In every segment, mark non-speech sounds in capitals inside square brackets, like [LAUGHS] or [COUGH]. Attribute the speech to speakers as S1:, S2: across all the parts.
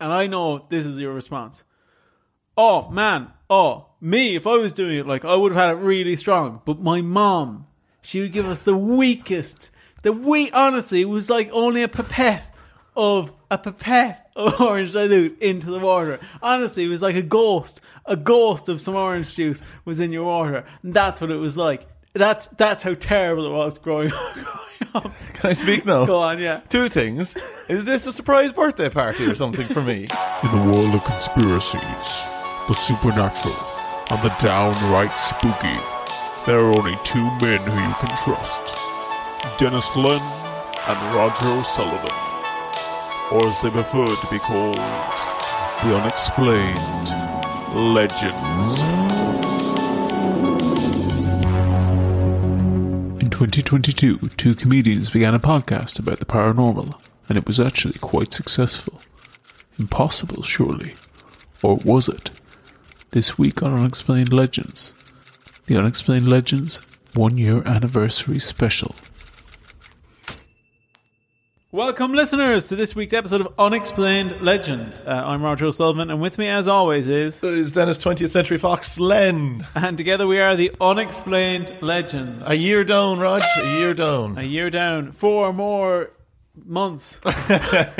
S1: and I know this is your response. Oh man, oh me, if I was doing it, like I would have had it really strong. But my mom, she would give us the weakest. The we honestly it was like only a pipette of a pipette of [LAUGHS] orange dilute into the water. Honestly, it was like a ghost. A ghost of some orange juice was in your water. And that's what it was like. That's that's how terrible it was growing [LAUGHS] up. growing up.
S2: Can I speak now?
S1: Go on, yeah.
S2: Two things. Is this a surprise birthday party or something for [LAUGHS] me?
S3: In the world of conspiracies, the supernatural, and the downright spooky, there are only two men who you can trust Dennis Lynn and Roger O'Sullivan. Or as they prefer to be called, the unexplained legends. In 2022, two comedians began a podcast about the paranormal, and it was actually quite successful. Impossible, surely. Or was it? This week on Unexplained Legends, the Unexplained Legends one year anniversary special.
S1: Welcome, listeners, to this week's episode of Unexplained Legends. Uh, I'm Roger O'Sullivan, and with me, as always, is.
S2: That is Dennis 20th Century Fox Len.
S1: And together we are the Unexplained Legends.
S2: A year down, Rog. A year down.
S1: A year down, four more months.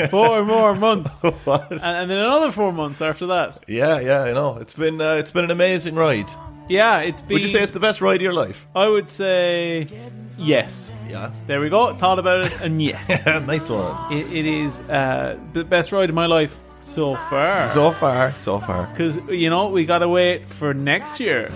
S1: four more months. And, and then another four months after that.
S2: [LAUGHS] Yeah, yeah, I know. It's been uh, it's been an amazing ride.
S1: Yeah, it's been.
S2: Would you say it's the best ride of your life?
S1: I would say yes.
S2: Yeah.
S1: There we go. Thought about it, and yes.
S2: [LAUGHS] nice one.
S1: it, it is uh, the best ride of my life so far.
S2: So far, so far.
S1: Because, you know, we got to wait for next year.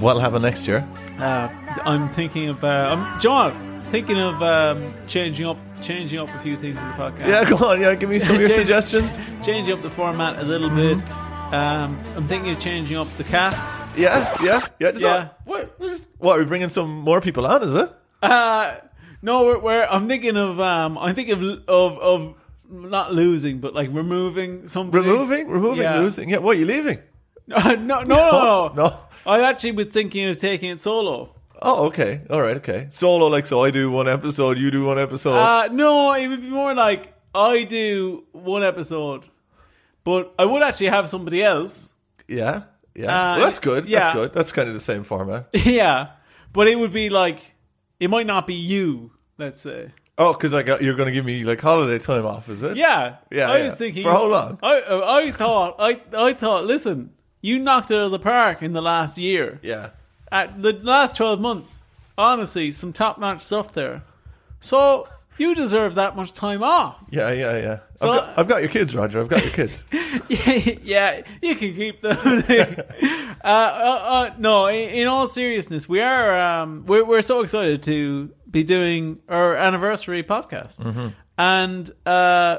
S2: What'll happen next year?
S1: Uh, I'm thinking of. Uh, I'm, John, thinking of um, changing up changing up a few things in the podcast. [LAUGHS]
S2: Yeah, go on. Yeah, give [LAUGHS] me some of your suggestions. Mm-hmm.
S1: Changing up the format a little bit. Um, I'm thinking of changing up the cast.
S2: Yeah, yeah, yeah. Just
S1: Yeah.
S2: all- what, what, is- what, are we bringing some more people on, is it?
S1: Uh, no, we're, we're, I'm thinking of um, I'm thinking of, of of not losing, but like removing something.
S2: Removing, removing,
S1: Yeah.
S2: losing. Yeah, what, are you leaving?
S1: [LAUGHS] No, no, no, no.
S2: [LAUGHS] no.
S1: I actually was thinking of taking it solo.
S2: Oh, okay. All right, okay. Solo, like, so I do one episode, you do one episode.
S1: Uh, no, it would be more like I do one episode, but I would actually have somebody else.
S2: yeah, yeah.
S1: uh,
S2: Well, that's good.
S1: yeah.
S2: That's good. That's kind of the same format.
S1: [LAUGHS] yeah, but it would be like it might not be you. Let's say.
S2: Oh, because I got you're going to give me like holiday time off, is it?
S1: Yeah,
S2: Yeah,
S1: I
S2: yeah.
S1: was thinking
S2: For how long?
S1: I I I thought I I thought. Listen, you knocked it out of the park in the last year.
S2: yeah.
S1: At the last twelve months, honestly, some top notch stuff there. So you deserve that much time off.
S2: Yeah, yeah, yeah.
S1: So-
S2: I've, got, I've got your kids, Roger. I've got
S1: [LAUGHS]
S2: your kids.
S1: yeah, you can keep them. [LAUGHS] uh, uh, uh, no, in, in all seriousness, we are um, we're we're so excited to be doing our anniversary podcast,
S2: Mm-hmm.
S1: and uh,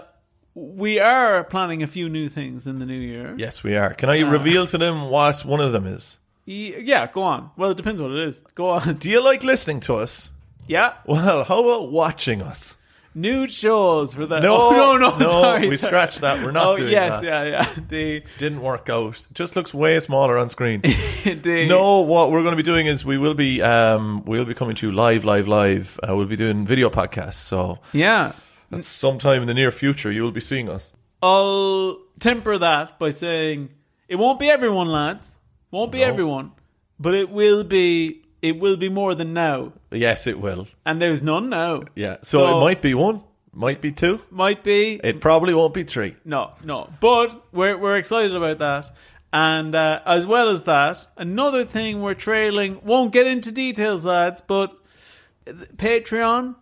S1: we are planning a few new things in the new year.
S2: yes, we are. Can I reveal to them what one of them is?
S1: Y- Yeah, go on. Well, it depends what it is. Go on. [LAUGHS]
S2: Do you like listening to us?
S1: Yeah,
S2: Well, how about watching us?
S1: nude shows for the.
S2: No,
S1: [LAUGHS] oh, no, no, sorry.
S2: we
S1: sorry.
S2: scratched that. We're not
S1: Oh
S2: doing
S1: yes,
S2: that.
S1: yeah, yeah. The,
S2: Didn't work out. It just looks way smaller on
S1: [LAUGHS]
S2: screen.
S1: the
S2: no, what we're going to be doing is we will be um, we'll be coming to you live, live, live. Uh, we'll be doing video podcasts. So
S1: yeah.
S2: that's sometime in the near future, you will be seeing us.
S1: I'll temper that by saying it won't be everyone, lads. Won't be everyone, but it will be. It will be more than now,
S2: Yes, it will.
S1: and there's none now.
S2: Yeah. So,
S1: So-
S2: it might be one, might be two.
S1: Might be
S2: It probably won't be three.
S1: No, no. But we're we're excited about that. And uh, as well as that, another thing we're trailing won't get into details, lads, but Patreon,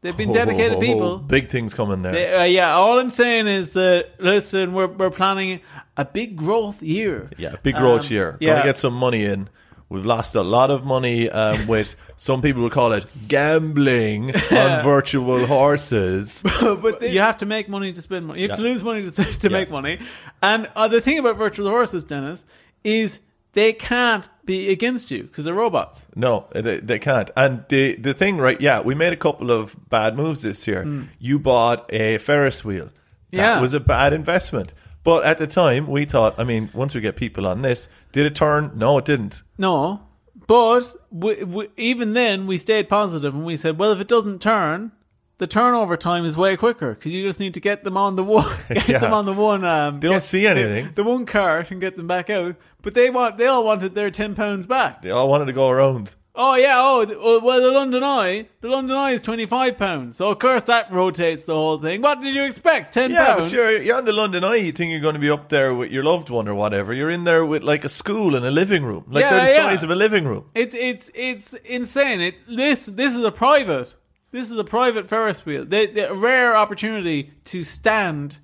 S1: they've been dedicated
S2: Oh, oh, oh,
S1: people.
S2: Big things coming there.
S1: Uh, yeah, all I'm saying is that listen, we're we're planning a big growth year.
S2: yeah, big growth
S1: Um,
S2: year.
S1: yeah.
S2: Gonna get some money in. We've lost a lot of money um, with some people would call it
S1: [LAUGHS]
S2: gambling on virtual horses.
S1: but you have to make money to spend money. You have to lose money to, [LAUGHS] to make money. And uh, the thing about virtual horses, Dennis, is they can't be against you because they're robots.
S2: No, they, they can't. And the the thing, right? Yeah, we made a couple of bad moves this year. You bought a Ferris wheel.
S1: Hmm.
S2: That
S1: Yeah.
S2: was a bad investment. But at the time, we thought, I mean, once we get people on this, did it turn? No, it didn't.
S1: No, but we, we, even then we stayed positive and we said, well, if it doesn't turn, the turnover time is way quicker because you just need to get them on the one, [LAUGHS] get
S2: Yeah.
S1: them on the one. Um,
S2: They don't
S1: get
S2: see anything.
S1: the one cart and get them back out. But they want, they all wanted their ten pounds back.
S2: They all wanted to go around.
S1: Oh yeah, oh th- oh, well, the London Eye, the London Eye is twenty five pounds. So of course that rotates the whole thing. What did you expect? Ten
S2: Yeah,
S1: pounds.
S2: but you're, you're on the London Eye. You think you're going to be up there with your loved one or whatever. You're in there with like a school and a living room. Like
S1: Yeah,
S2: they're the
S1: yeah.
S2: size of a living room.
S1: It's it's it's insane. It this this is a private. This is a private Ferris wheel. The, the rare opportunity to stand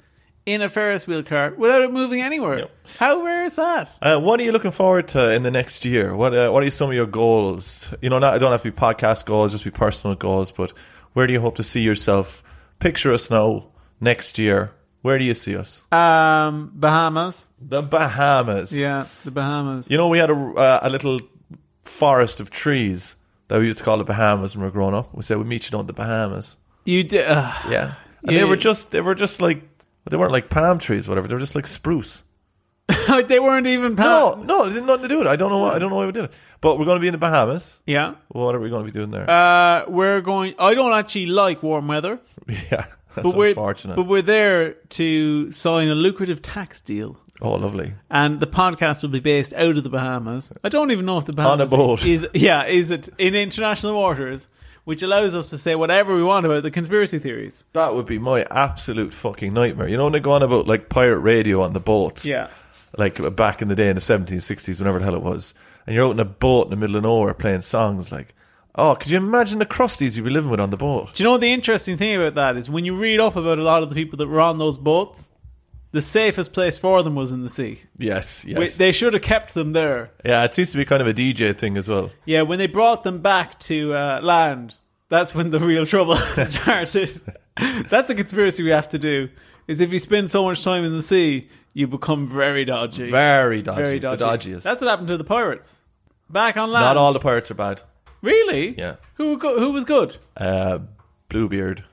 S1: in a Ferris wheel cart without it moving anywhere. How rare is that?
S2: Uh, what are you looking forward to in the next year? What uh, What are some of your goals? You know, not it don't have to be podcast goals, just be personal goals. But where do you hope to see yourself? Picture us now next year. Where do you see us?
S1: Um, Bahamas.
S2: The Bahamas.
S1: Yeah, the Bahamas.
S2: You know, we had a uh, a little forest of trees that we used to call the Bahamas when we were growing up. We said we meet you down at the Bahamas.
S1: You did. Uh,
S2: Yeah, and
S1: Yeah,
S2: they were
S1: yeah.
S2: just they were just like they weren't like palm trees, or whatever. They were just like spruce.
S1: [LAUGHS] they weren't even.
S2: No,
S1: Pa-
S2: no, it did nothing to do with it. I don't know. Why, I don't know why we did it. But we're going to be in the Bahamas.
S1: Yeah.
S2: What are we going to be doing there?
S1: Uh, we're going. I don't actually like warm weather,
S2: [LAUGHS] yeah, that's
S1: but we're
S2: unfortunate.
S1: but we're there to sign a lucrative tax deal.
S2: oh, lovely.
S1: and the podcast will be based out of the Bahamas. I don't even know if the Bahamas
S2: a boat.
S1: is yeah is it in international waters, which allows us to say whatever we want about the conspiracy theories.
S2: That would be my absolute fucking nightmare. You know when they go on about like pirate radio on the boat?
S1: Yeah.
S2: Like back in the day in the 70s, 60s, whenever the hell it was. And you're out in a boat in the middle of nowhere playing songs like, oh, could you imagine the crusties you'd be living with on the boat?
S1: Do you know the interesting thing about that is when you read up about a lot of the people that were on those boats, the safest place for them was in the sea.
S2: Yes,
S1: We-
S2: yes.
S1: They should have kept them there.
S2: yeah, it seems to be kind of a DJ thing as well.
S1: Yeah, when they brought them back to uh, land, that's when the real
S2: [LAUGHS]
S1: trouble [LAUGHS] started. that's a conspiracy we have to do. Is if you spend so much time in the sea, you become very dodgy.
S2: Very dodgy.
S1: very dodgy.
S2: The dodgiest.
S1: That's what happened to the pirates. Back on land.
S2: Not all the pirates are bad.
S1: really.
S2: Yeah.
S1: Who were go- who was good?
S2: Uh, Bluebeard.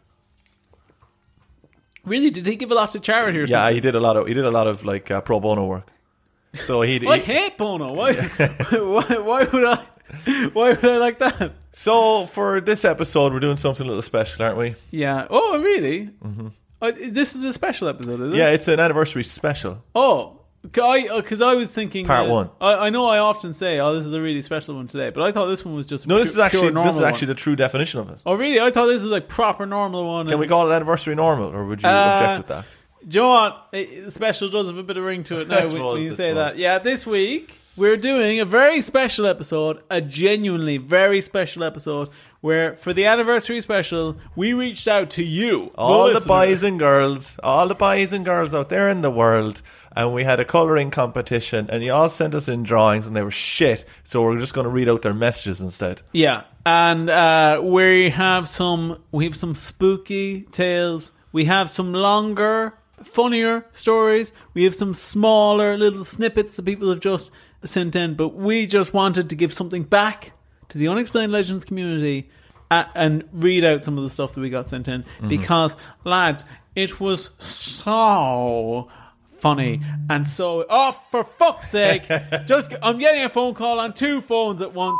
S1: Really? Did he give a lot to charity or
S2: Yeah,
S1: something?
S2: he did a lot of he did a lot of like uh, pro bono work. So he,
S1: I
S2: he
S1: hate Bono.
S2: [LAUGHS]
S1: Why? [LAUGHS] why? Why would I? Why would I like that?
S2: so for this episode we're doing something a little special, aren't we?
S1: Yeah. Oh, really? Mm-hmm. this is a special episode, is it?
S2: Yeah, it's an anniversary special.
S1: Oh, because I, was thinking
S2: Part
S1: that-
S2: one.
S1: I, I know I often say, "Oh, this is a really special one today," but I thought this one was just
S2: No, this is actually this is actually
S1: One.
S2: the true definition of it.
S1: Oh, really? I thought this was like proper normal one.
S2: Can
S1: and-
S2: we call it anniversary normal, or would you
S1: Uh,
S2: object with that?
S1: Do you know what? It- special does have a bit of ring to it
S2: I [LAUGHS]
S1: now when,
S2: suppose,
S1: when you
S2: I
S1: say
S2: suppose.
S1: that. Yeah, this week we're doing a very special episode, a genuinely very special episode, where for the anniversary special, we reached out to you,
S2: All the
S1: listener.
S2: boys and girls, all the boys and girls out there in the world, and we had a colouring competition, and you all sent us in drawings, and they were shit. So we're just going to read out their messages instead.
S1: Yeah, and uh, we have some we have some spooky tales. We have some longer, funnier stories. We have some smaller little snippets that people have just sent in. But we just wanted to give something back to the unexplained legends community uh, and read out some of the stuff that we got sent in because lads, it was so funny and so oh for fuck's sake just i'm getting a phone call on two phones at once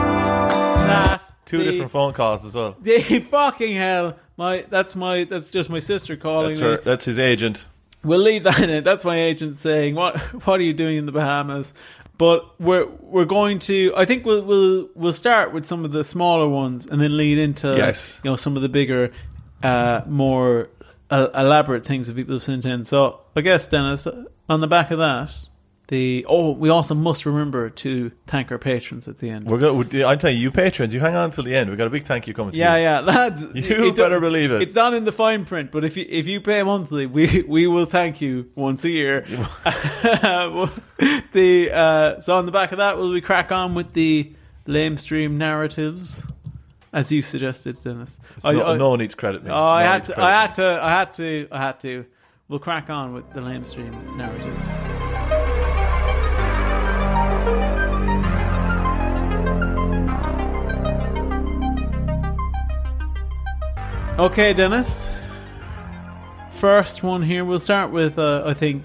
S1: that
S2: Two
S1: the-
S2: different phone calls as well.
S1: the fucking hell my that's my that's just my sister calling
S2: That's
S1: me
S2: her. That's his agent.
S1: we'll leave that in it that's my agent saying what what are you doing in the bahamas but we're we're going to i think we'll we'll we'll start with some of the smaller ones and then lead into
S2: Yes.
S1: you know some of the bigger uh more uh, elaborate things that people have sent in so i guess dennis on the back of that the oh we also must remember to thank our patrons at the end
S2: We're going. I'm telling you, you patrons, you hang on till the end. We have got a big thank you coming. to
S1: Yeah,
S2: you.
S1: yeah, [LAUGHS] lads.
S2: You
S1: don't-
S2: better believe it.
S1: It's not in the fine print, but if you if you pay monthly, we we will thank you once a year. [LAUGHS] the uh, so on the back of that, will we crack on with the lamestream narratives, as you suggested, Dennis? I,
S2: no,
S1: I,
S2: no one needs credit. Me.
S1: oh, I
S2: No one
S1: had
S2: needs
S1: to,
S2: credit
S1: I
S2: me.
S1: had to, I had to, I had to. We'll crack on with the lamestream narratives. Okay, Dennis. First one here. We'll start with, uh, I think,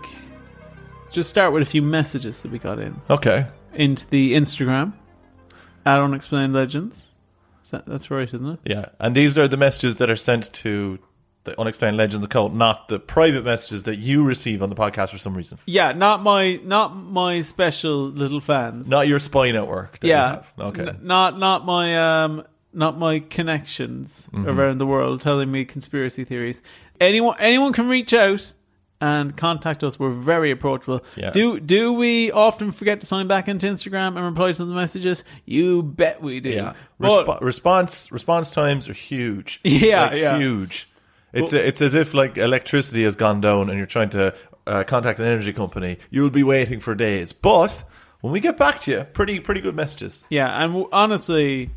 S1: just start with a few messages that we got in
S2: Okay.
S1: into the Instagram at Unexplained Legends. So That's right, isn't it?
S2: Yeah, and these are the messages that are sent to the Unexplained Legends account, not the private messages that you receive on the podcast for some reason.
S1: Yeah, not my not my special little fans.
S2: Not your spy network. That
S1: yeah,
S2: You have. Okay.
S1: N- not not my um not my connections
S2: Mm-hmm.
S1: around the world telling me conspiracy theories. Anyone anyone can reach out and contact us. We're very approachable.
S2: Yeah.
S1: Do do we often forget to sign back into Instagram and reply to the messages? You bet we do.
S2: yeah.
S1: But-
S2: Resp- response response times are huge.
S1: [LAUGHS] Yeah,
S2: Like,
S1: yeah.
S2: huge. It's it's as if like electricity has gone down and you're trying to uh, contact an energy company. You'll be waiting for days, but when we get back to you, pretty pretty good messages.
S1: Yeah, and w- honestly,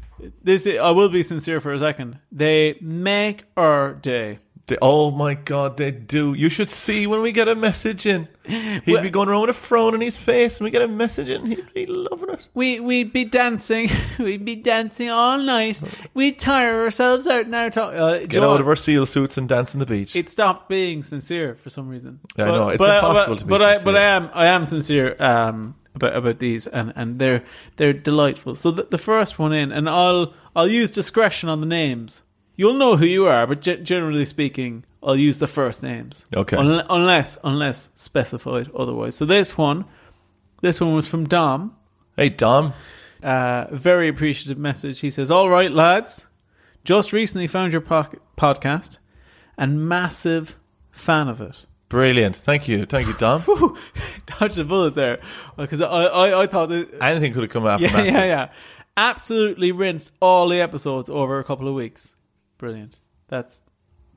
S1: this i I will be sincere for a second. They make our day.
S2: They, oh my god, they do! You should see when we get a message in. He'd be going around with a frown on his face, and we get a message in. He'd be loving it.
S1: We we'd be dancing, [LAUGHS] we'd be dancing all night. We'd tire ourselves out now. Talk, uh,
S2: Get out of our seal suits and dance on the beach.
S1: It stopped being sincere for some reason.
S2: Yeah, I know, it's impossible
S1: but,
S2: to be
S1: but I, but
S2: sincere.
S1: I am I am sincere um, about about these, and, and they're they're delightful. So the, the first one in, and I'll I'll use discretion on the names. You'll know who you are, but ge- generally speaking, I'll use the first names.
S2: Okay.
S1: Un- unless unless specified otherwise. So this one, this one was from Dom
S2: hey, Dom.
S1: uh, very appreciative message. He says, "All right, lads, just recently found your po- podcast and massive fan of it." [LAUGHS]
S2: Brilliant. Thank you. Thank you, [LAUGHS] Dom.
S1: Whew, dodged a bullet there because I, I I thought that, [LAUGHS]
S2: Anything could have come after
S1: yeah
S2: massive.
S1: yeah yeah absolutely rinsed all the episodes over a couple of weeks. Brilliant. That's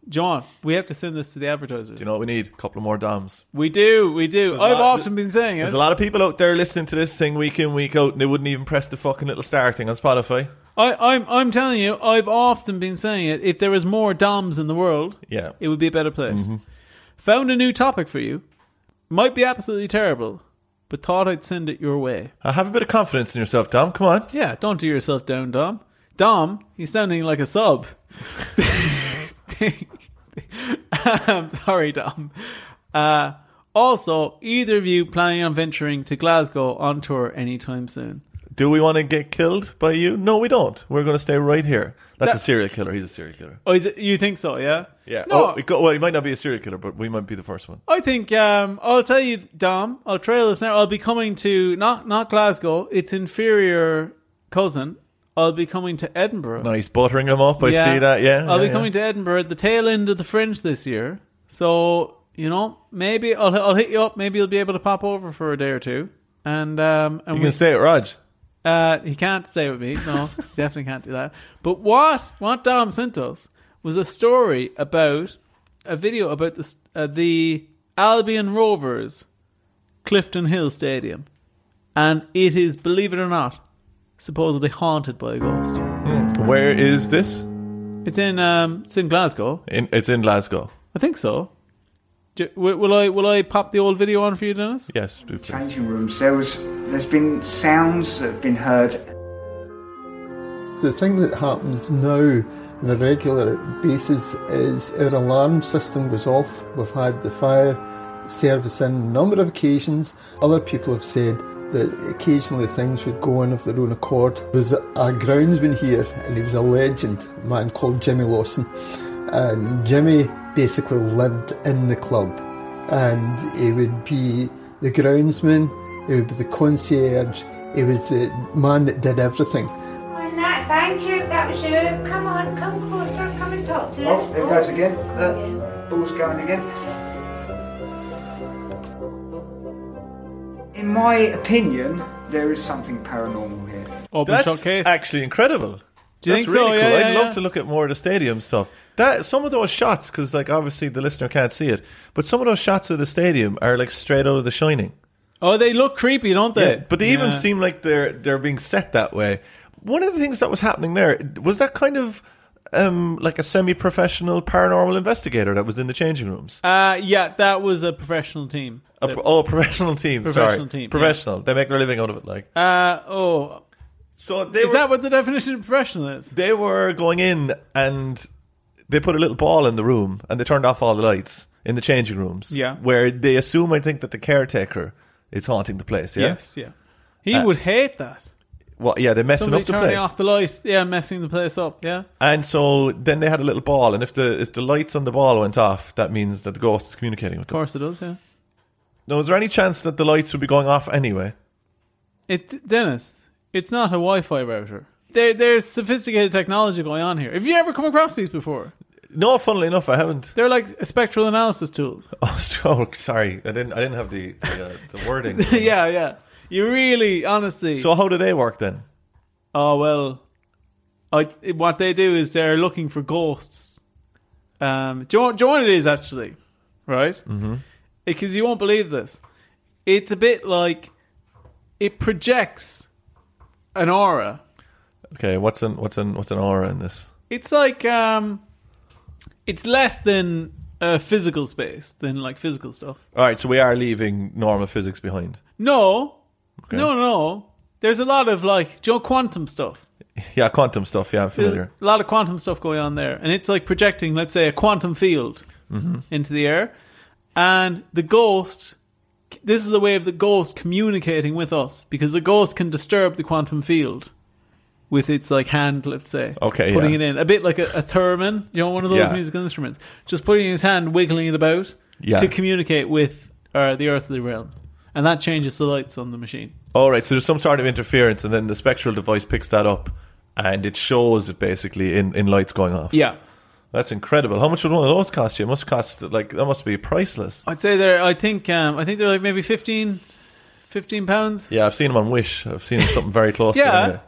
S1: John. We have to send this to the advertisers.
S2: You know what we need? A couple of more Doms.
S1: we do we do. I've
S2: lot-
S1: often been saying it.
S2: There's a lot of people out there listening to this thing week in, week out, and they wouldn't even press the fucking little star thing on Spotify.
S1: I, I'm I'm telling you, I've often been saying it. If there was more DOMs in the world,
S2: Yeah.
S1: it would be a better place.
S2: Mm-hmm.
S1: Found a new topic for you. Might be absolutely terrible, but thought I'd send it your way.
S2: Uh, have a bit of confidence in yourself, Dom. Come on.
S1: Yeah, don't do yourself down, Dom. Dom, he's sounding like a sub. [LAUGHS] I'm sorry, Dom. Uh, also, either of you planning on venturing to Glasgow on tour anytime soon?
S2: Do we want to get killed by you? No, we don't. We're going to stay right here. That's
S1: That-
S2: a serial killer. He's a serial killer.
S1: Oh, is it, you think so? Yeah.
S2: Yeah.
S1: No,
S2: Oh, it go, well, he might not be a serial killer, but we might be the first one.
S1: I think um, I'll tell you, Dom. I'll trail this now. I'll be coming to not not Glasgow, its inferior cousin. I'll be coming to Edinburgh.
S2: Nice buttering him up. I see that. Yeah.
S1: I'll
S2: yeah,
S1: be
S2: yeah.
S1: coming to Edinburgh at the tail end of the Fringe this year. So you know, maybe I'll I'll hit you up. Maybe you'll be able to pop over for a day or two. And um, and
S2: You
S1: we,
S2: can stay at Raj.
S1: uh, he can't stay with me. No,
S2: [LAUGHS]
S1: definitely can't do that. But what what Dom sent us was a story about a video about the st- uh, the Albion Rovers Clifton Hill Stadium, and it is, believe it or not, supposedly haunted by a ghost.
S2: Where is this?
S1: It's in um, it's in Glasgow,
S2: In, it's in Glasgow.
S1: I think so. J- wi- will I will I pop the old video on for you, Dennis?
S2: Yes, do please.
S4: changing rooms, there was, there's been sounds that have been heard
S5: The thing that happens now on a regular basis is our alarm system goes off. We've had the fire service in a number of occasions. Other people have said that occasionally things would go on of their own accord. There was a groundsman here, and he was a legend, a man called Jimmy Lawson. And Jimmy basically lived in the club and he would be the groundsman, he would be the concierge, he was the man that did everything.
S6: And that, thank you, that was you. Come on, come closer, come and talk to us.
S4: oh there it goes again Uh, the ball's going again in my opinion there is something paranormal here
S1: Open
S2: That's
S1: shot case.
S2: actually incredible.
S1: Do you
S2: That's
S1: think so?
S2: really
S1: Yeah,
S2: cool.
S1: yeah,
S2: I'd
S1: yeah.
S2: love to look at more of the stadium stuff. That some of those shots, because like obviously the listener can't see it, but some of those shots of the stadium are like straight out of The Shining.
S1: oh, they look creepy, don't they?
S2: But they even
S1: Yeah.
S2: seem like they're they're being set that way. One of the things that was happening there was that kind of um, like a semi-professional paranormal investigator that was in the changing rooms.
S1: Uh, yeah, that was a professional team.
S2: A pro- oh, a professional team.
S1: Professional
S2: sorry.
S1: team, yeah.
S2: Professional. They make their living out of it. Like
S1: Uh, oh,
S2: so. They
S1: is
S2: were,
S1: that what the definition of professional is?
S2: they were going in and they put a little ball in the room and they turned off all the lights in the changing rooms.
S1: Yeah.
S2: Where they assume, I think, that the caretaker is haunting the place. Yeah?
S1: Yes, yeah. He would hate that.
S2: Well, yeah, they're messing
S1: Somebody
S2: up Uh, the
S1: turning
S2: place.
S1: off the lights. Yeah, messing the place up. Yeah.
S2: And so then they had a little ball, and if the if the lights on the ball went off, that means that the ghost is communicating with
S1: Of
S2: them.
S1: course it does, yeah.
S2: Now, is there any chance that the lights would be going off anyway?
S1: It, Dennis, it's not a Wi-Fi router. There, there's sophisticated technology going on here. Have you ever come across these before?
S2: No, funnily enough, I haven't. [LAUGHS]
S1: They're like spectral analysis tools. [LAUGHS]
S2: Oh, so, sorry, I didn't. I didn't have the the, uh, the wording.
S1: yeah, yeah. You really, honestly.
S2: So how do they work then?
S1: oh well. I, what they do is they're looking for ghosts. Um, do you, want, do you know what it is actually? Right? Mm-hmm. Because you won't believe this. It's a bit like it projects an aura.
S2: Okay, what's an what's an what's an aura in this?
S1: It's like um, it's less than uh, physical space than like physical stuff.
S2: All right, so we are leaving normal physics behind.
S1: No, no, no. There's a lot of like do you know quantum stuff.
S2: Yeah, quantum stuff. Yeah, I'm
S1: There's
S2: familiar.
S1: a lot of quantum stuff going on there, and it's like projecting, let's say, a quantum field
S2: Mm-hmm.
S1: into the air, and the ghost. This is the way of the ghost communicating with us because the ghost can disturb the quantum field with its like hand, let's say.
S2: Okay,
S1: putting
S2: yeah.
S1: it in a bit like a, a theremin, you know, one of those
S2: Yeah.
S1: musical instruments. Just putting his hand, wiggling it about
S2: Yeah.
S1: to communicate with uh, the earthly realm, and that changes the lights on the machine.
S2: All right, so there's some sort of interference, and then the spectral device picks that up, and it shows it basically in in lights going off.
S1: Yeah,
S2: That's incredible. How much would one of those cost you? It must cost like that must be priceless.
S1: I'd say they're. I think. Um, I think they're like maybe 15, 15 pounds.
S2: Yeah, I've seen them on Wish. I've seen them something very close to
S1: Yeah.
S2: it. anyway.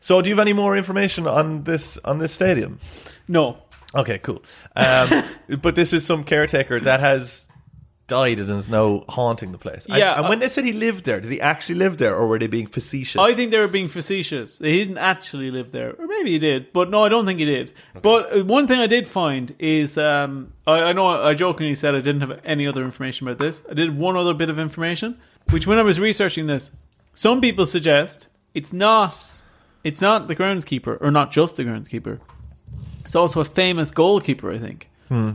S2: So, do you have any more information on this on this stadium?
S1: No.
S2: Okay, cool.
S1: [LAUGHS]
S2: Um, but this is some caretaker that has died and is now haunting the place. And-
S1: Yeah,
S2: and
S1: uh,
S2: when they said he lived there, did he actually live there, or were they being facetious?
S1: I think they were being facetious. They didn't actually live there, or maybe he did, but no, I don't think he did. But uh, one thing I did find is um, I, I know I jokingly said I didn't have any other information about this. I did have one other bit of information, which when I was researching this, some people suggest it's not it's not the groundskeeper, or not just the groundskeeper. It's also a famous goalkeeper, I think,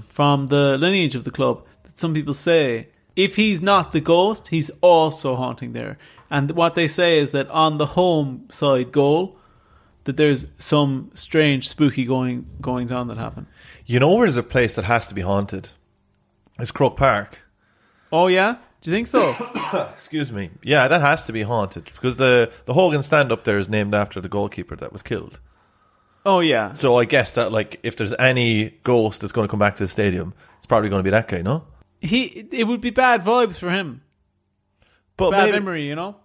S1: from the lineage of the club. That some people say if he's not the ghost, he's also haunting there. And what they say is that on the home side goal, that there's some strange, spooky going goings on that happen.
S2: you know where's a place that has to be haunted? It's Croke Park.
S1: Oh yeah, do you think
S2: [COUGHS]
S1: so?
S2: Excuse me. Yeah, that has to be haunted because the the Hogan stand up there is named after the goalkeeper that was killed.
S1: oh yeah.
S2: So I guess that like if there's any ghost that's going to come back to the stadium, it's probably going to be that guy, no?
S1: He it would be bad vibes for him.
S2: But
S1: Bad
S2: maybe-
S1: memory, you know.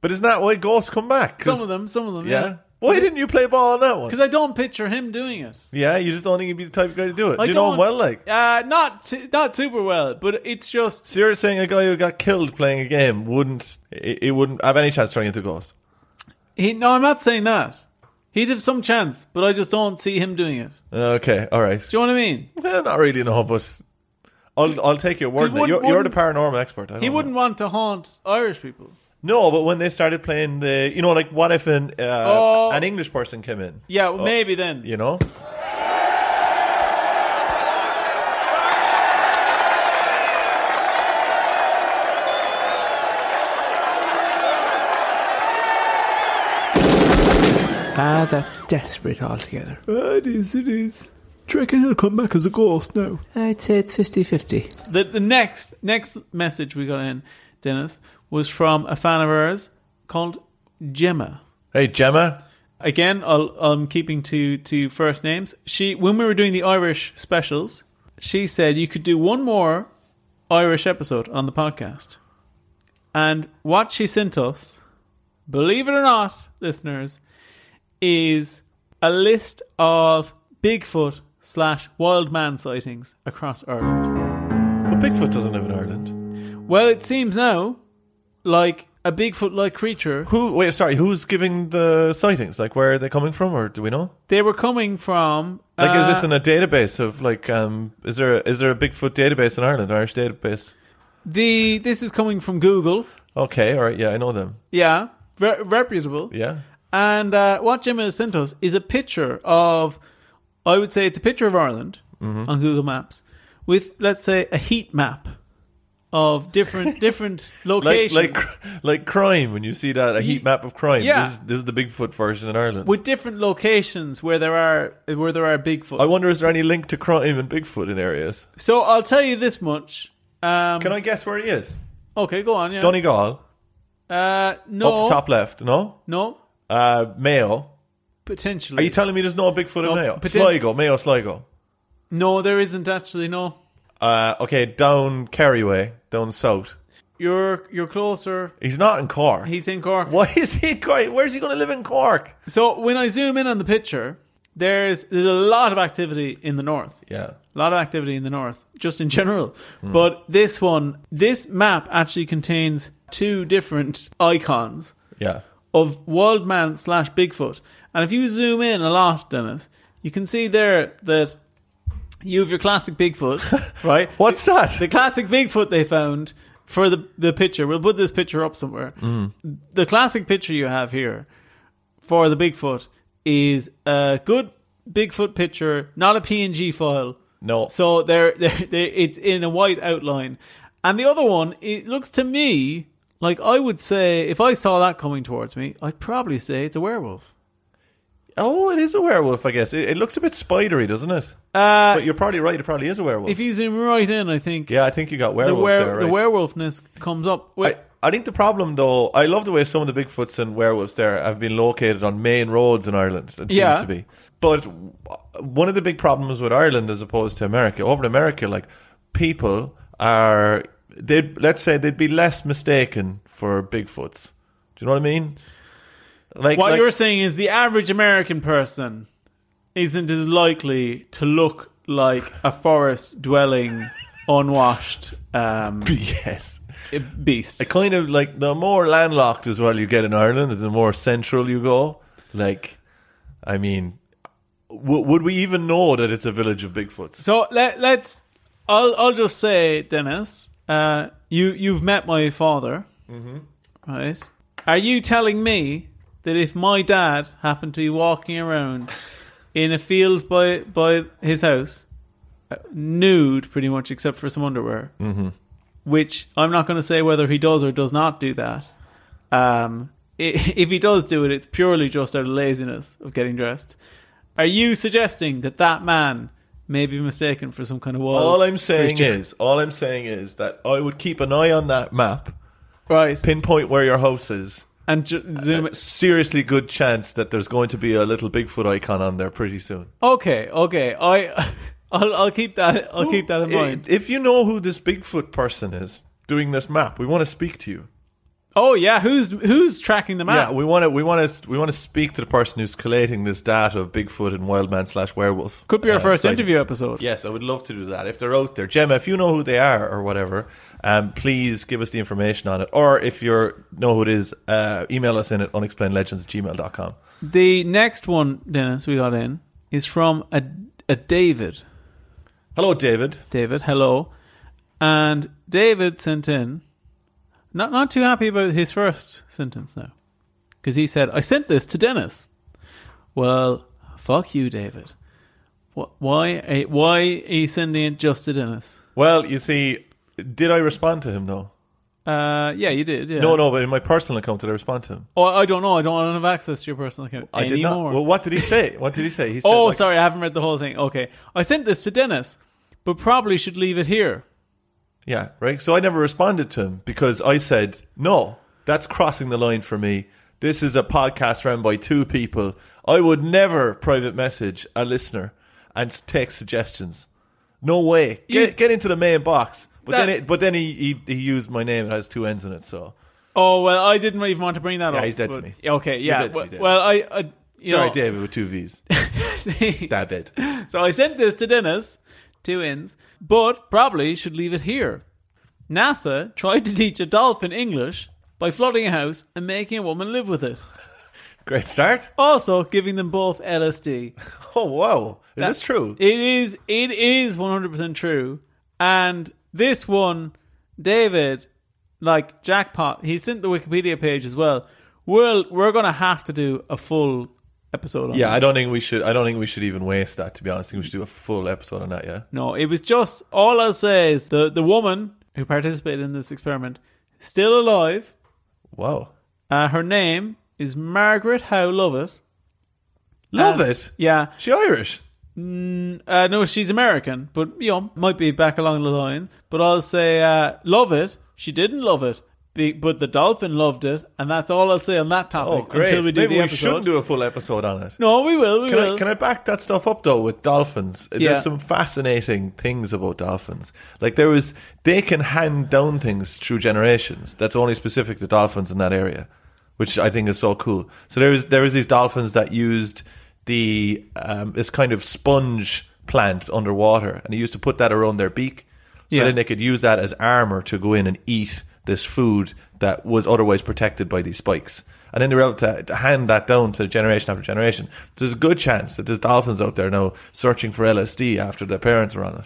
S2: But isn't that why ghosts come back? 'Cause-
S1: Some of them, some of them.
S2: Yeah.
S1: Yeah.
S2: Why didn't you play ball on that one?
S1: Because I don't picture him doing it.
S2: Yeah, you just don't think he'd be the type of guy to do it.
S1: I
S2: do you
S1: don't,
S2: know him well? Like,
S1: uh, not su- not super well, but it's just
S2: so you're saying a guy who got killed playing a game wouldn't he he wouldn't have any chance turning into a ghost?
S1: He, no, I'm not saying that. He'd have some chance, but I just don't see him doing it.
S2: Okay, all right.
S1: Do you know what I mean?
S2: Well, not really, no, but I'll I'll take your word.
S1: He
S2: on it. You're,
S1: wouldn't-
S2: you're the paranormal expert. I
S1: He
S2: don't know.
S1: wouldn't want to haunt Irish people.
S2: No, but when they started playing the, you know, like what if an uh,
S1: Oh.
S2: an English person came in?
S1: Yeah, well, maybe then.
S2: You know,
S1: Ah, that's desperate altogether.
S7: Uh, It is, it is. Do you reckon he'll come back as a ghost now?
S8: I'd say it's 50 50.
S1: The, the next next message we got in, Dennis, was from a fan of ours called Gemma.
S2: hey Gemma,
S1: Again, I'll, I'm keeping to to first names. She when we were doing the Irish specials, she said you could do one more Irish episode on the podcast. And what she sent us, believe it or not, listeners, is a list of Bigfoot slash wild man sightings across Ireland.
S2: well, Bigfoot doesn't live in Ireland.
S1: Well, it seems now like a Bigfoot like creature
S2: Who? Wait, sorry. Who's giving the sightings? Like, where are they coming from, or do we know?
S1: they were coming from
S2: Like, is
S1: uh,
S2: this in a database of like, um, is there a, is there a Bigfoot database in Ireland, Irish database?
S1: the this is coming from Google.
S2: Okay, all right, yeah, I know them.
S1: Yeah, re- reputable.
S2: Yeah,
S1: And uh, what Jim has sent us is a picture of, I would
S2: Mm-hmm.
S1: say it's a picture of Ireland on Google Maps with, let's say, a heat map of
S2: [LAUGHS]
S1: different different
S2: Like
S1: locations
S2: like [LAUGHS] like crime when you see that a heat map of crime.
S1: Yeah.
S2: This, is, this is the Bigfoot version in Ireland.
S1: with different locations where there are where there are Bigfoots.
S2: I wonder is there any link to crime and Bigfoot in areas?
S1: so I'll tell you this much. Um,
S2: Can I guess where he is?
S1: okay, go on. Yeah.
S2: Donegal,
S1: Uh, no,
S2: up the top left. No,
S1: no,
S2: uh, Mayo.
S1: potentially.
S2: Are you telling me there's no Bigfoot
S1: No,
S2: in Mayo?
S1: poten-
S2: Sligo, Mayo, Sligo.
S1: no, there isn't actually. No,
S2: Uh, okay, down Kerryway, down south.
S1: you're you're closer.
S2: He's not in Cork.
S1: He's in Cork.
S2: Why [LAUGHS] is he in Cork? Where's he going to live in Cork?
S1: So when I zoom in on the picture, there's there's a lot of activity in the north.
S2: Yeah.
S1: A lot of activity in the north, just in general. But this one, this map actually contains two different icons.
S2: Yeah.
S1: of World Man slash Bigfoot. And if you zoom in a lot, Dennis, you can see there that you have your classic Bigfoot, right?
S2: What's that?
S1: The classic Bigfoot they found for the, the picture. We'll put this picture up somewhere.
S2: Mm-hmm.
S1: The classic picture you have here for the Bigfoot is a good Bigfoot picture, not a PNG file.
S2: no.
S1: So they're, [LAUGHS] they're, they it's in a white outline. And the other one, it looks to me like I would say, if I saw that coming towards me, I'd probably say it's a werewolf.
S2: oh, it is a werewolf, I guess. It, it looks a bit spidery, doesn't it?
S1: Uh,
S2: but you're probably right. It probably is a werewolf.
S1: if you zoom right in, I think
S2: yeah, I think you got
S1: the,
S2: werewolf
S1: were,
S2: there,
S1: the
S2: right?
S1: werewolfness comes up. Wait,
S2: I, I think the problem, though, I love the way some of the Bigfoots and werewolves there have been located on main roads in Ireland. It
S1: Yeah.
S2: seems to be. But w- one of the big problems with Ireland as opposed to America, over in America, like people are, they let's say they'd be less mistaken for Bigfoots. Do you know what I mean? Like,
S1: what
S2: like-
S1: you're saying is the average American person isn't as likely to look like a forest dwelling, unwashed um,
S2: [LAUGHS] yes.
S1: beast.
S2: Kind of like the more landlocked as well you get in Ireland, the more central you go. Like, I mean, w- would we even know that it's a village of Bigfoots?
S1: So let, let's. I'll I'll just say, Dennis, uh, you you've met my father, mm-hmm. right? Are you telling me that if my dad happened to be walking around in a field by by his house, uh, nude, pretty much except for some underwear, mm-hmm. which I'm not going to say whether he does or does not do that. Um, i- [LAUGHS] if he does do it, it's purely just out of laziness of getting dressed. Are you suggesting that that man may be mistaken for some kind of wild?
S2: All I'm saying
S1: creature?
S2: is, all I'm saying is that I would keep an eye on that map,
S1: right,
S2: pinpoint where your house is.
S1: and ju- zoom. it.
S2: Seriously, good chance that there's going to be a little Bigfoot icon on there pretty soon.
S1: Okay, okay. I, [LAUGHS] I'll, I'll keep that. I'll keep that in
S2: I-
S1: mind.
S2: If you know who this Bigfoot person is doing this map, we want to speak to you.
S1: Oh yeah, who's who's tracking them
S2: Yeah,
S1: out?
S2: we want to we want to we want to speak to the person who's collating this data of Bigfoot and Wildman slash Werewolf.
S1: Could be our first interview
S2: sightings.
S1: episode.
S2: Yes, I would love to do that. If they're out there, Gemma, if you know who they are or whatever, um, please give us the information on it. Or if you are know who it is, uh, email us in at unexplainedlegends@gmail.com.
S1: The next one, Dennis, we got in is from a a David.
S2: Hello, David.
S1: David, hello. And David sent in, not not too happy about his first sentence now, because he said, "I sent this to Dennis." Well, fuck you, David. Wh- Why are- why are you sending it just to Dennis?
S2: Well, you see, did I respond to him though?
S1: Uh, yeah, you did. Yeah.
S2: No, no, but in my personal account, did I respond to him?
S1: Oh, I don't know. I don't, I don't have access to your personal account
S2: I did
S1: anymore.
S2: not. Well, what did he say? What did
S1: [LAUGHS]
S2: he say? He said,
S1: oh,
S2: like,
S1: sorry, I haven't read the whole thing. Okay, I sent this to Dennis, but probably should leave it here.
S2: Yeah, right. So I never responded to him because I said, no, that's crossing the line for me. This is a podcast run by two people. I would never private message a listener and s- take suggestions. No way. Get,
S1: You-
S2: get into the main box. But then,
S1: That-
S2: it, but then he, he, he used my name. It has two N's in it. So
S1: Oh well, I didn't even want to bring that up.
S2: he's dead to
S1: but-
S2: me.
S1: Okay, yeah.
S2: dead to me,
S1: well-
S2: David.
S1: well, I, I you
S2: sorry,
S1: know,
S2: David with two V's.
S1: [LAUGHS]
S2: David.
S1: so I sent this to Dennis, two ins, but probably should leave it here. NASA tried to teach a dolphin English by flooding a house and making a woman live with it.
S2: [LAUGHS] Great start.
S1: Also, giving them both LSD.
S2: Oh wow, is this true?
S1: It is. It is one hundred percent true. And this one, David, like jackpot. He sent the Wikipedia page as well. Well, we're gonna have to do a full episode on.
S2: Yeah,
S1: that.
S2: I don't think we should. I don't think we should even waste that. To be honest, I think we should do a full episode on that. Yeah.
S1: No, it was just all I'll say is the the woman who participated in this experiment still alive.
S2: Wow.
S1: Uh, her name is Margaret Howe Lovett.
S2: Love
S1: Um,
S2: it.
S1: Yeah.
S2: She Irish.
S1: Uh, no, she's American, but you know, might be back along the line. But I'll say, uh, love it. She didn't love it, be, but the dolphin loved it, and that's all I'll say on that topic
S2: Oh, great.
S1: until we do
S2: Maybe
S1: the
S2: we
S1: episode.
S2: shouldn't do a full episode on it.
S1: no, we will. We
S2: Can
S1: will.
S2: I, can I back that stuff up though with dolphins?
S1: Yeah.
S2: There's some fascinating things about dolphins. Like there is, they can hand down things through generations. That's only specific to dolphins in that area, which I think is so cool. So there is there is these dolphins that used the um, this kind of sponge plant underwater, and they used to put that around their beak, so
S1: Yeah.
S2: then they could use that as armor to go in and eat this food that was otherwise protected by these spikes. And then they were able to to hand that down to generation after generation. So there's a good chance that there's dolphins out there now searching for LSD after their parents were on it.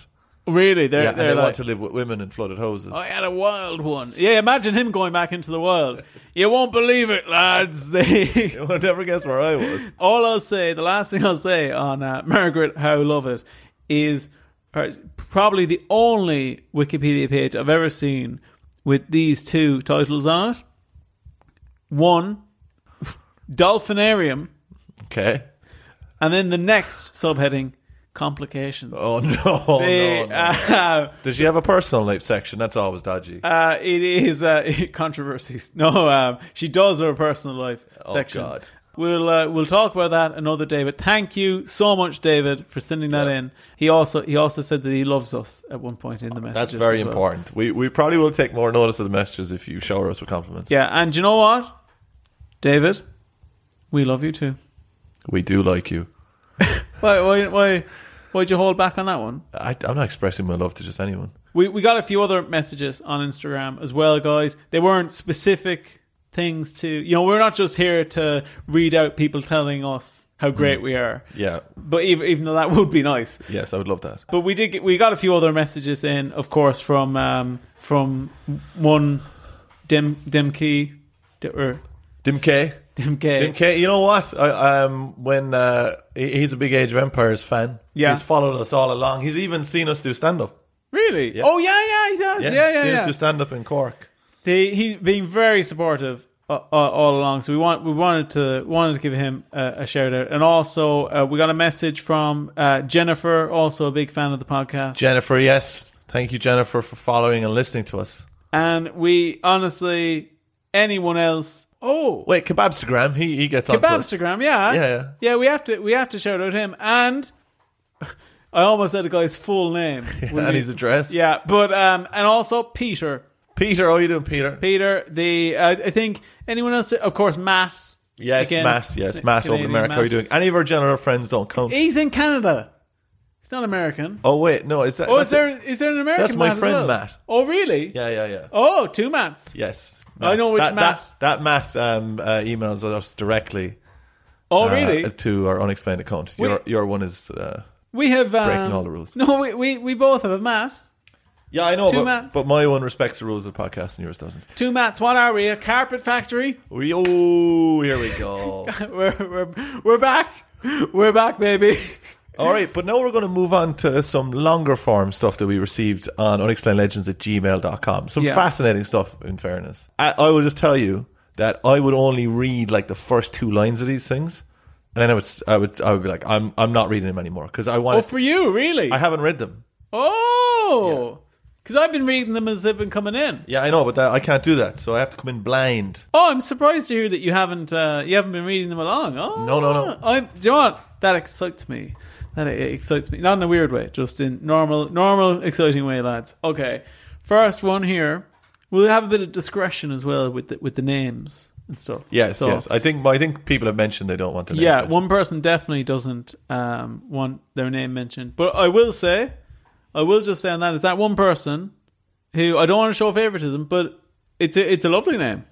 S1: really, they're,
S2: Yeah, and
S1: they're
S2: they
S1: like, "Oh,
S2: want to live with women in flooded houses. [LAUGHS]
S1: I had a wild one. Yeah, imagine him going back into the world. You won't believe it, lads. [LAUGHS] They
S2: You will never guess where I was.
S1: all I'll say, the last thing I'll say on uh, Margaret Howe Lovett is uh, probably the only Wikipedia page I've ever seen with these two titles on it. One, Dolphinarium,
S2: Okay.
S1: and then the next subheading, Complications.
S2: [LAUGHS] Oh no,
S1: They,
S2: no, no.
S1: uh, [LAUGHS]
S2: Does she have a personal life section? That's always dodgy.
S1: Uh, it is uh, [LAUGHS] controversies. No, um, she does her personal life section.
S2: Oh, God.
S1: We'll uh, we'll talk about that another day. But thank you so much, David, for sending that in. He also he also said that he loves us at one point in the message.
S2: That's very important. We we probably will take more notice of the messages if you shower us with compliments.
S1: Yeah, and you know what, David, we love you too.
S2: We do like you.
S1: Why why why why'd you hold back on that one?
S2: I, I'm not expressing my love to just anyone.
S1: We we got a few other messages on Instagram as well, guys. They weren't specific things to you know. We're not just here to read out people telling us how great we are.
S2: Yeah.
S1: But even, even though that [LAUGHS] would be nice,
S2: Yes, I would love that.
S1: but we did get, we got a few other messages in, of course, from um, from one Dem Demkey De- or
S2: Dim K.
S1: Demke.
S2: Dim K. You know what? I, um, when uh, he- he's a big Age of Empires fan.
S1: Yeah.
S2: He's followed us all along. He's even seen us do stand up.
S1: Really? Oh yeah, yeah, he does. Yeah, yeah,
S2: Seen
S1: yeah.
S2: us do stand up in Cork.
S1: They, he's been very supportive uh, uh, all along, so we want we wanted to wanted to give him a, a shout out, and also uh, we got a message from uh, Jennifer, also a big fan of the podcast.
S2: Jennifer, yes. Thank you, Jennifer, for following and listening to us.
S1: and we honestly, anyone else? Oh,
S2: Wait, Kebabstagram. He he gets on.
S1: Kebabstagram, yeah.
S2: Yeah, yeah.
S1: we have to we have to shout out him and [LAUGHS] I almost said the guy's full name.
S2: [LAUGHS]
S1: Will
S2: and
S1: you-
S2: his address.
S1: yeah, but um and also Peter.
S2: Peter, how are you doing, Peter?
S1: Peter, the uh, I think anyone else of course Matt.
S2: yes,
S1: Again,
S2: Matt. Yes, Matt over in
S1: Canadian
S2: America. How are you
S1: Matt.
S2: doing? Any of our general friends don't count.
S1: He's in Canada. He's not American.
S2: Oh wait, no, is that?
S1: Oh,
S2: that's
S1: is there is there an American?
S2: that's my
S1: Matt as
S2: friend,
S1: well?
S2: Matt.
S1: Oh, really?
S2: Yeah, yeah, yeah.
S1: Oh, two Matts.
S2: Yes.
S1: I know which
S2: that,
S1: Matt.
S2: That, that Matt um, uh, emails us directly
S1: Oh,
S2: uh,
S1: really?
S2: to our unexplained account. Your your one is uh,
S1: we have um,
S2: breaking all the rules.
S1: [LAUGHS] No, we, we we both have a Matt.
S2: yeah, I know,
S1: Two
S2: but,
S1: Matts.
S2: but my one respects the rules of the podcast and yours doesn't.
S1: Two Matts. What are we? A carpet factory? [LAUGHS]
S2: We, oh, here we go.
S1: we're, we're, we're back. We're back, baby. [LAUGHS]
S2: All right, but now we're going to move on to some longer form stuff that we received on unexplainedlegends at gmail.com. Some
S1: Yeah.
S2: fascinating stuff, in fairness. I, I will just tell you that I would only read like the first two lines of these things. And then I would, s- I would, I would be like, I'm, I'm not reading them anymore because I want.
S1: Oh, for you, really?
S2: I haven't read them.
S1: oh, because I've been reading them as they've been coming in.
S2: Yeah, I know, but that, I can't do that, so I have to come in blind.
S1: Oh, I'm surprised to hear that you haven't uh, you haven't been reading them along. Oh,
S2: No, no, no.
S1: I'm, do you know what? That excites me. That e- excites me. Not in a weird way, just in normal, normal, exciting way, lads. Okay, first one here. We'll have a bit of discretion as well with the, with the names and stuff.
S2: Yes,
S1: So-
S2: yes. I think, I think people have mentioned they don't want their names
S1: Yeah,
S2: mentioned.
S1: one person definitely doesn't um, want their name mentioned. But I will say, I will just say on that is that one person who I don't want to show favoritism, but it's a, it's a lovely name.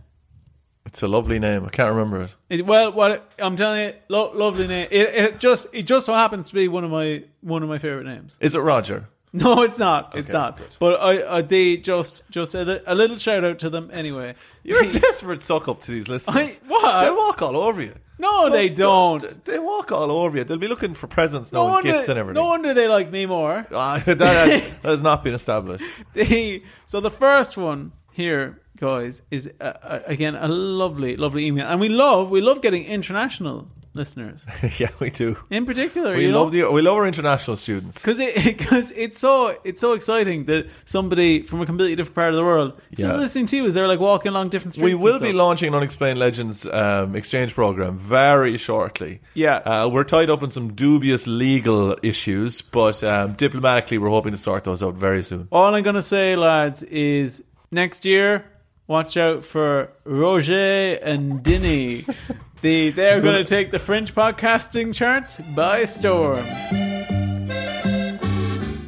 S2: It's a lovely name. I can't remember it.
S1: It, well, what I'm telling you, lo- lovely name. It, it just it just so happens to be one of my one of my favorite names. [LAUGHS]
S2: Is it Roger?
S1: No, it's not. it's
S2: Okay,
S1: not.
S2: good.
S1: But I, I they just just a, li- a little shout out to them anyway.
S2: [LAUGHS] You're a desperate suck up to these listeners.
S1: I- what?
S2: They walk all over you.
S1: [LAUGHS] No, they don't.
S2: They walk all over you. They'll be looking for presents
S1: no
S2: now and
S1: wonder,
S2: gifts and everything.
S1: No wonder they like me more.
S2: [LAUGHS] Ah, [LAUGHS] that, has, that has not been established.
S1: They, so the first one here, guys, is uh, uh, again a lovely, lovely email, and we love we love getting international listeners
S2: [LAUGHS] yeah, we do.
S1: in particular.
S2: We
S1: you
S2: love
S1: know?
S2: the, we love our international students.
S1: because it [LAUGHS] because it's so it's so exciting that somebody from a completely different part of the world is
S2: Yeah.
S1: listening to you as they're like walking along different streets.
S2: We
S1: and
S2: will be
S1: stuff.
S2: launching an Unexplained Legends um, exchange program very shortly.
S1: Yeah.
S2: Uh, we're tied up in some dubious legal issues, but um, diplomatically, we're hoping to sort those out very soon.
S1: All I'm gonna say, lads, is next year. Watch out for Roger and
S2: [LAUGHS]
S1: Dini. the, they're going to take the French podcasting charts by storm.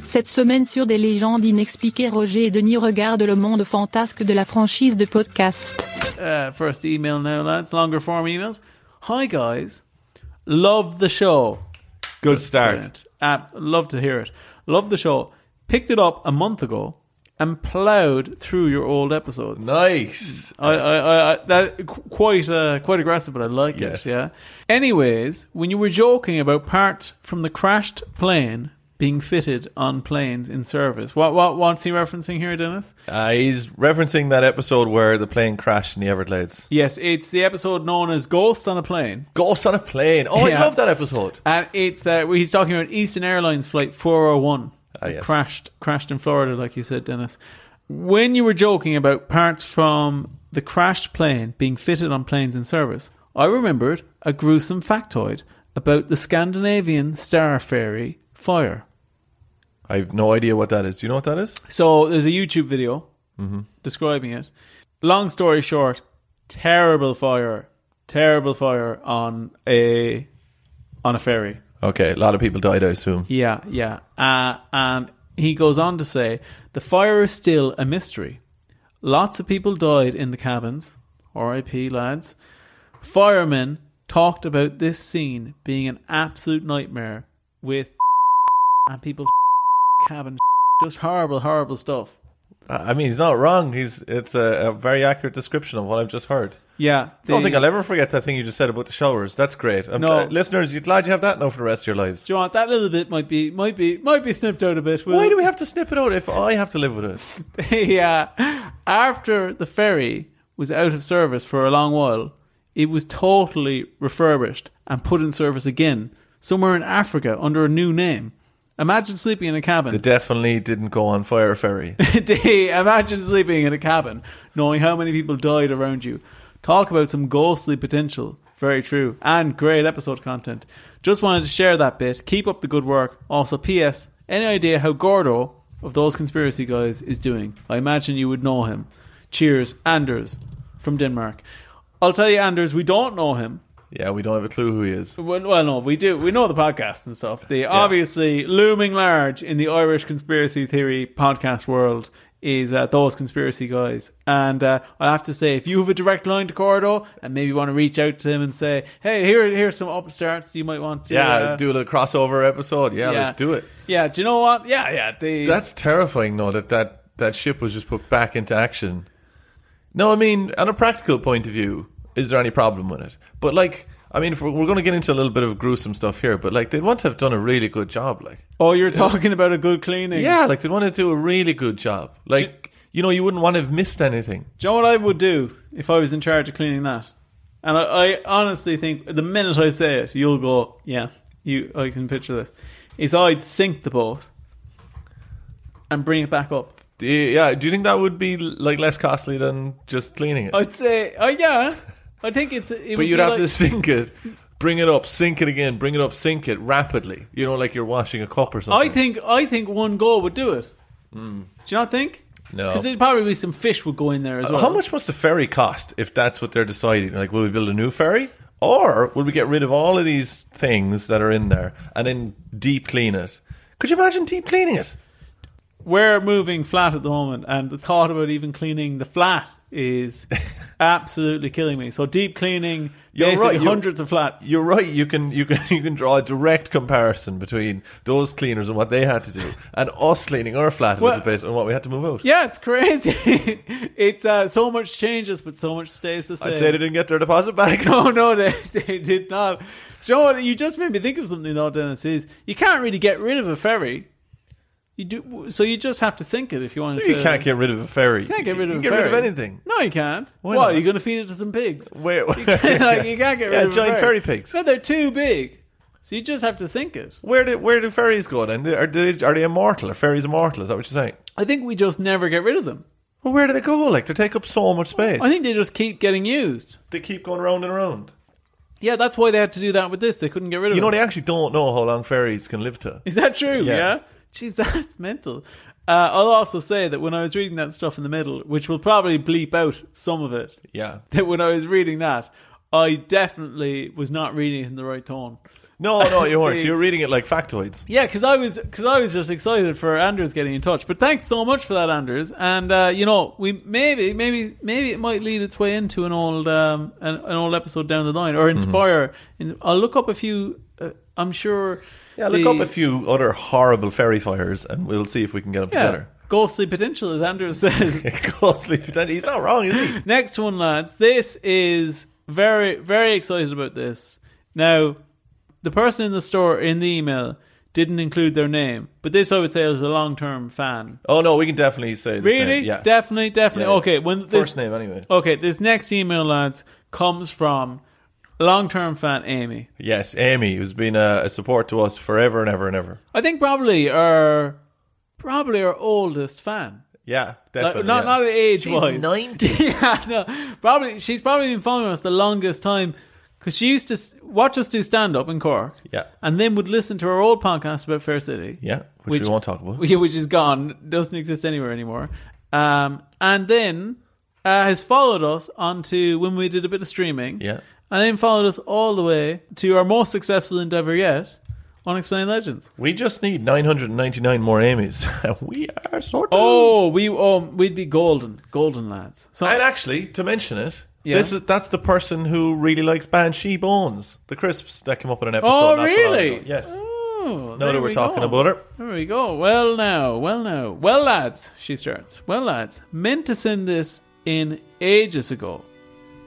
S9: Cette semaine sur des légendes inexpliquées, Roger et Denis regardent le monde fantasque de la franchise de podcast.
S1: uh, first email now, lads. Longer form emails. Hi guys, love the show.
S2: Good start.
S1: Brilliant. Uh, love to hear it. Love the show. Picked it up a month ago and ploughed through your old episodes.
S2: Nice.
S1: I, I, I, I that qu- quite, uh, quite aggressive, but I like
S2: Yes.
S1: it. Yeah. Anyways, when you were joking about parts from the crashed plane being fitted on planes in service, what, what, what's he referencing here, Dennis?
S2: Uh, he's referencing that episode where the plane crashed in the Everglades.
S1: Yes, it's the episode known as "Ghost on a Plane."
S2: Ghost on a plane. Oh,
S1: Yeah.
S2: I love that episode.
S1: And it's uh, well, he's talking about Eastern Airlines flight 401
S2: Ah, yes.
S1: crashed crashed in Florida, like you said, Dennis. When you were joking about parts from the crashed plane being fitted on planes in service, I remembered a gruesome factoid about the Scandinavian Star Ferry fire.
S2: I have no idea what that is. Do you know what that is?
S1: So there's a YouTube video
S2: Mm-hmm.
S1: describing it. Long story short, terrible fire, terrible fire on a on a ferry.
S2: Okay, a lot of people died, I assume.
S1: Yeah, yeah. Uh, and he goes on to say the fire is still a mystery. Lots of people died in the cabins. R.I.P. lads. Firemen talked about this scene being an absolute nightmare with and people cabin just horrible, horrible stuff.
S2: I I mean, he's not wrong. He's it's a, a very accurate description of what I've just heard.
S1: Yeah,
S2: I don't
S1: the-
S2: think I'll ever forget that thing you just said about the showers. That's great. I'm,
S1: No.
S2: uh, listeners, you're glad you have that now for the rest of your lives.
S1: Do you want that little bit? Might be, might be, might be snipped out a bit. We'll-
S2: Why do we have to snip it out if I have to live with
S1: [LAUGHS]
S2: it?
S1: yeah. After the ferry was out of service for a long while, it was totally refurbished and put in service again somewhere in Africa under a new name. Imagine sleeping in a
S2: It
S1: cabin.
S2: definitely didn't go on fire [LAUGHS] ferry.
S1: [LAUGHS] Day, imagine sleeping in a cabin, knowing how many people died around you. Talk about some ghostly potential. Very true. And great episode content. Just wanted to share that bit. Keep up the good work. Also, P.S. Any idea how Gordo of those conspiracy guys is doing? I imagine you would know him. Cheers, Anders from Denmark. I'll tell you, Anders, we don't know him.
S2: yeah, we don't have a clue who he is.
S1: Well, well, no, we do. We know the podcast and stuff. The obviously looming large in the Irish conspiracy theory podcast world is uh, those conspiracy guys. And uh, I have to say, if you have a direct line to Cordo and maybe want to reach out to him and say, "Hey, here, here's some upstarts you might want to."
S2: Yeah,
S1: uh,
S2: do a little crossover episode. Yeah, let's do it.
S1: Yeah, do you know what? Yeah, yeah. The,
S2: That's terrifying, though, that, that that ship was just put back into action. No, I mean, on a practical point of view, is there any problem with it? But, like, I mean, if we're, we're going to get into a little bit of gruesome stuff here, but, like, they'd want to have done a really good job, like.
S1: oh, you're talking about a good cleaning.
S2: Yeah, like they wanted to do a really good job. Like you know, you wouldn't want to have missed anything.
S1: Do you know what I would do if I was in charge of cleaning that? And I, I honestly think the minute I say it, you'll go, yeah, you. I can picture this. Is I'd sink the boat and bring it back up.
S2: Do you- yeah, do you think that would be like less costly than just cleaning it?
S1: I'd say, oh yeah, I think it's. It
S2: but you'd have to sink it, bring it up, sink it again, bring it up, sink it rapidly. You know, like you're washing a cup or something.
S1: I think I think one goal would do it. Do you not think?
S2: Hmm. No. Uh,
S1: because there'd probably be some fish would go in there as well.
S2: How much must the ferry cost if that's what they're deciding? Like, will we build a new ferry? Or will we get rid of all of these things that are in there and then deep clean it? Could you imagine deep cleaning it? [LAUGHS]
S1: We're moving flat at the moment, and the thought about even cleaning the flat is absolutely killing me. So deep cleaning,
S2: You're
S1: basically
S2: right, you-
S1: hundreds of flats.
S2: You're right. You can you can [LAUGHS] you can draw a direct comparison between those cleaners and what they had
S1: [LAUGHS]
S2: to do, and us cleaning our flat a
S1: Well-
S2: little bit and what we had to move out.
S1: yeah, it's crazy. [LAUGHS] it's uh, so much changes, but so much stays the same.
S2: I'd say they didn't get their deposit
S1: [LAUGHS]
S2: back.
S1: No, no, they, [LAUGHS] they did not. Joe, you just made me think of something though, Dennis. Is you can't really get rid of a ferry. You do so. You just have to sink it if you want to.
S2: [LAUGHS] You can't get rid of a ferry.
S1: You can't [LAUGHS] get rid of
S2: you
S1: a
S2: get rid of
S1: ferry.
S2: anything.
S1: No, you can't.
S2: Why
S1: what?
S2: not?
S1: You're going to feed it to some pigs.
S2: Wait, [LAUGHS]
S1: like, you can't get rid
S2: Yeah,
S1: of a
S2: giant
S1: ferry.
S2: ferry pigs.
S1: No, they're too big. So you just have to sink it.
S2: Where do where do ferries go then? Are they, are they immortal? Are ferries immortal? Is that what you're saying?
S1: I think we just never get rid of them.
S2: Well, where do they go? Like they take up so much space.
S1: I think they just keep getting used.
S2: they keep going round and round.
S1: Yeah, that's why they had to do that with this. They couldn't get rid of
S2: You know,
S1: them.
S2: they actually don't know how long ferries can live to.
S1: Is that true?
S2: Yeah.
S1: Yeah. Jeez, [LAUGHS] that's mental. Uh, I'll also say that when I was reading that stuff in the middle, which will probably bleep out some of it,
S2: Yeah.
S1: that when I was reading that, I definitely was not reading it in the right tone.
S2: No, no, you
S1: [LAUGHS]
S2: weren't.
S1: They-
S2: You're reading it like factoids.
S1: Yeah, because I was because I was just excited for Anders getting in touch. But thanks so much for that, Anders. And uh, you know, we maybe maybe maybe it might lead its way into an old um, an, an old episode down the line or
S2: Mm-hmm.
S1: inspire. In- I'll look up a few. Uh, I'm sure.
S2: Yeah, look
S1: the-
S2: up a few other horrible ferry fires, and we'll see if we can get them
S1: Yeah,
S2: [LAUGHS] together.
S1: ghostly potential, as Anders [LAUGHS] says.
S2: [LAUGHS] Ghostly potential. He's not wrong, is
S1: [LAUGHS]
S2: he?
S1: Next one, lads. This is very, very excited about this. Now, the person in the store in the email didn't include their name, but this I would say is a long term fan.
S2: Oh no, we can definitely say this
S1: Really?
S2: name. Yeah,
S1: Definitely, definitely.
S2: Yeah, yeah.
S1: Okay, when this Oh.
S2: first name anyway.
S1: Okay, this next email, lads, comes from long term fan Amy.
S2: Yes, Amy, who's been a, a support to us forever and ever and ever.
S1: I think probably our probably our oldest
S2: [LAUGHS]
S1: fan.
S2: Yeah,
S1: Like,
S2: definitely.
S1: not
S2: yeah.
S1: not age wise. [LAUGHS]
S2: ninety.
S1: yeah, no, probably she's probably been following us the longest time because she used to s- watch us do stand up in Cork.
S2: Yeah.
S1: and then would listen to our old podcast about Fair City.
S2: Yeah, which,
S1: Which-
S2: we won't talk about.
S1: [LAUGHS] Yeah, which is gone, doesn't exist anywhere anymore. Um, and then uh, has followed us onto when we did a bit of streaming.
S2: Yeah.
S1: and then followed us all the way to our most successful endeavor yet, Unexplained Legends.
S2: We just need nine hundred and ninety-nine more Amys. [LAUGHS] we are sort of.
S1: Oh, we oh, we'd be golden, golden lads. So
S2: and actually, to mention it.
S1: Yeah.
S2: This is that's the person who really likes Banshee Bones, the crisps that came up in an episode.
S1: Oh,
S2: not so long
S1: really?
S2: ago. Yes.
S1: Oh,
S2: Now
S1: there
S2: that we're
S1: we
S2: talking
S1: go.
S2: about it,
S1: There we go. Well now, well now. Well lads, she starts. Well lads, meant to send this in ages ago.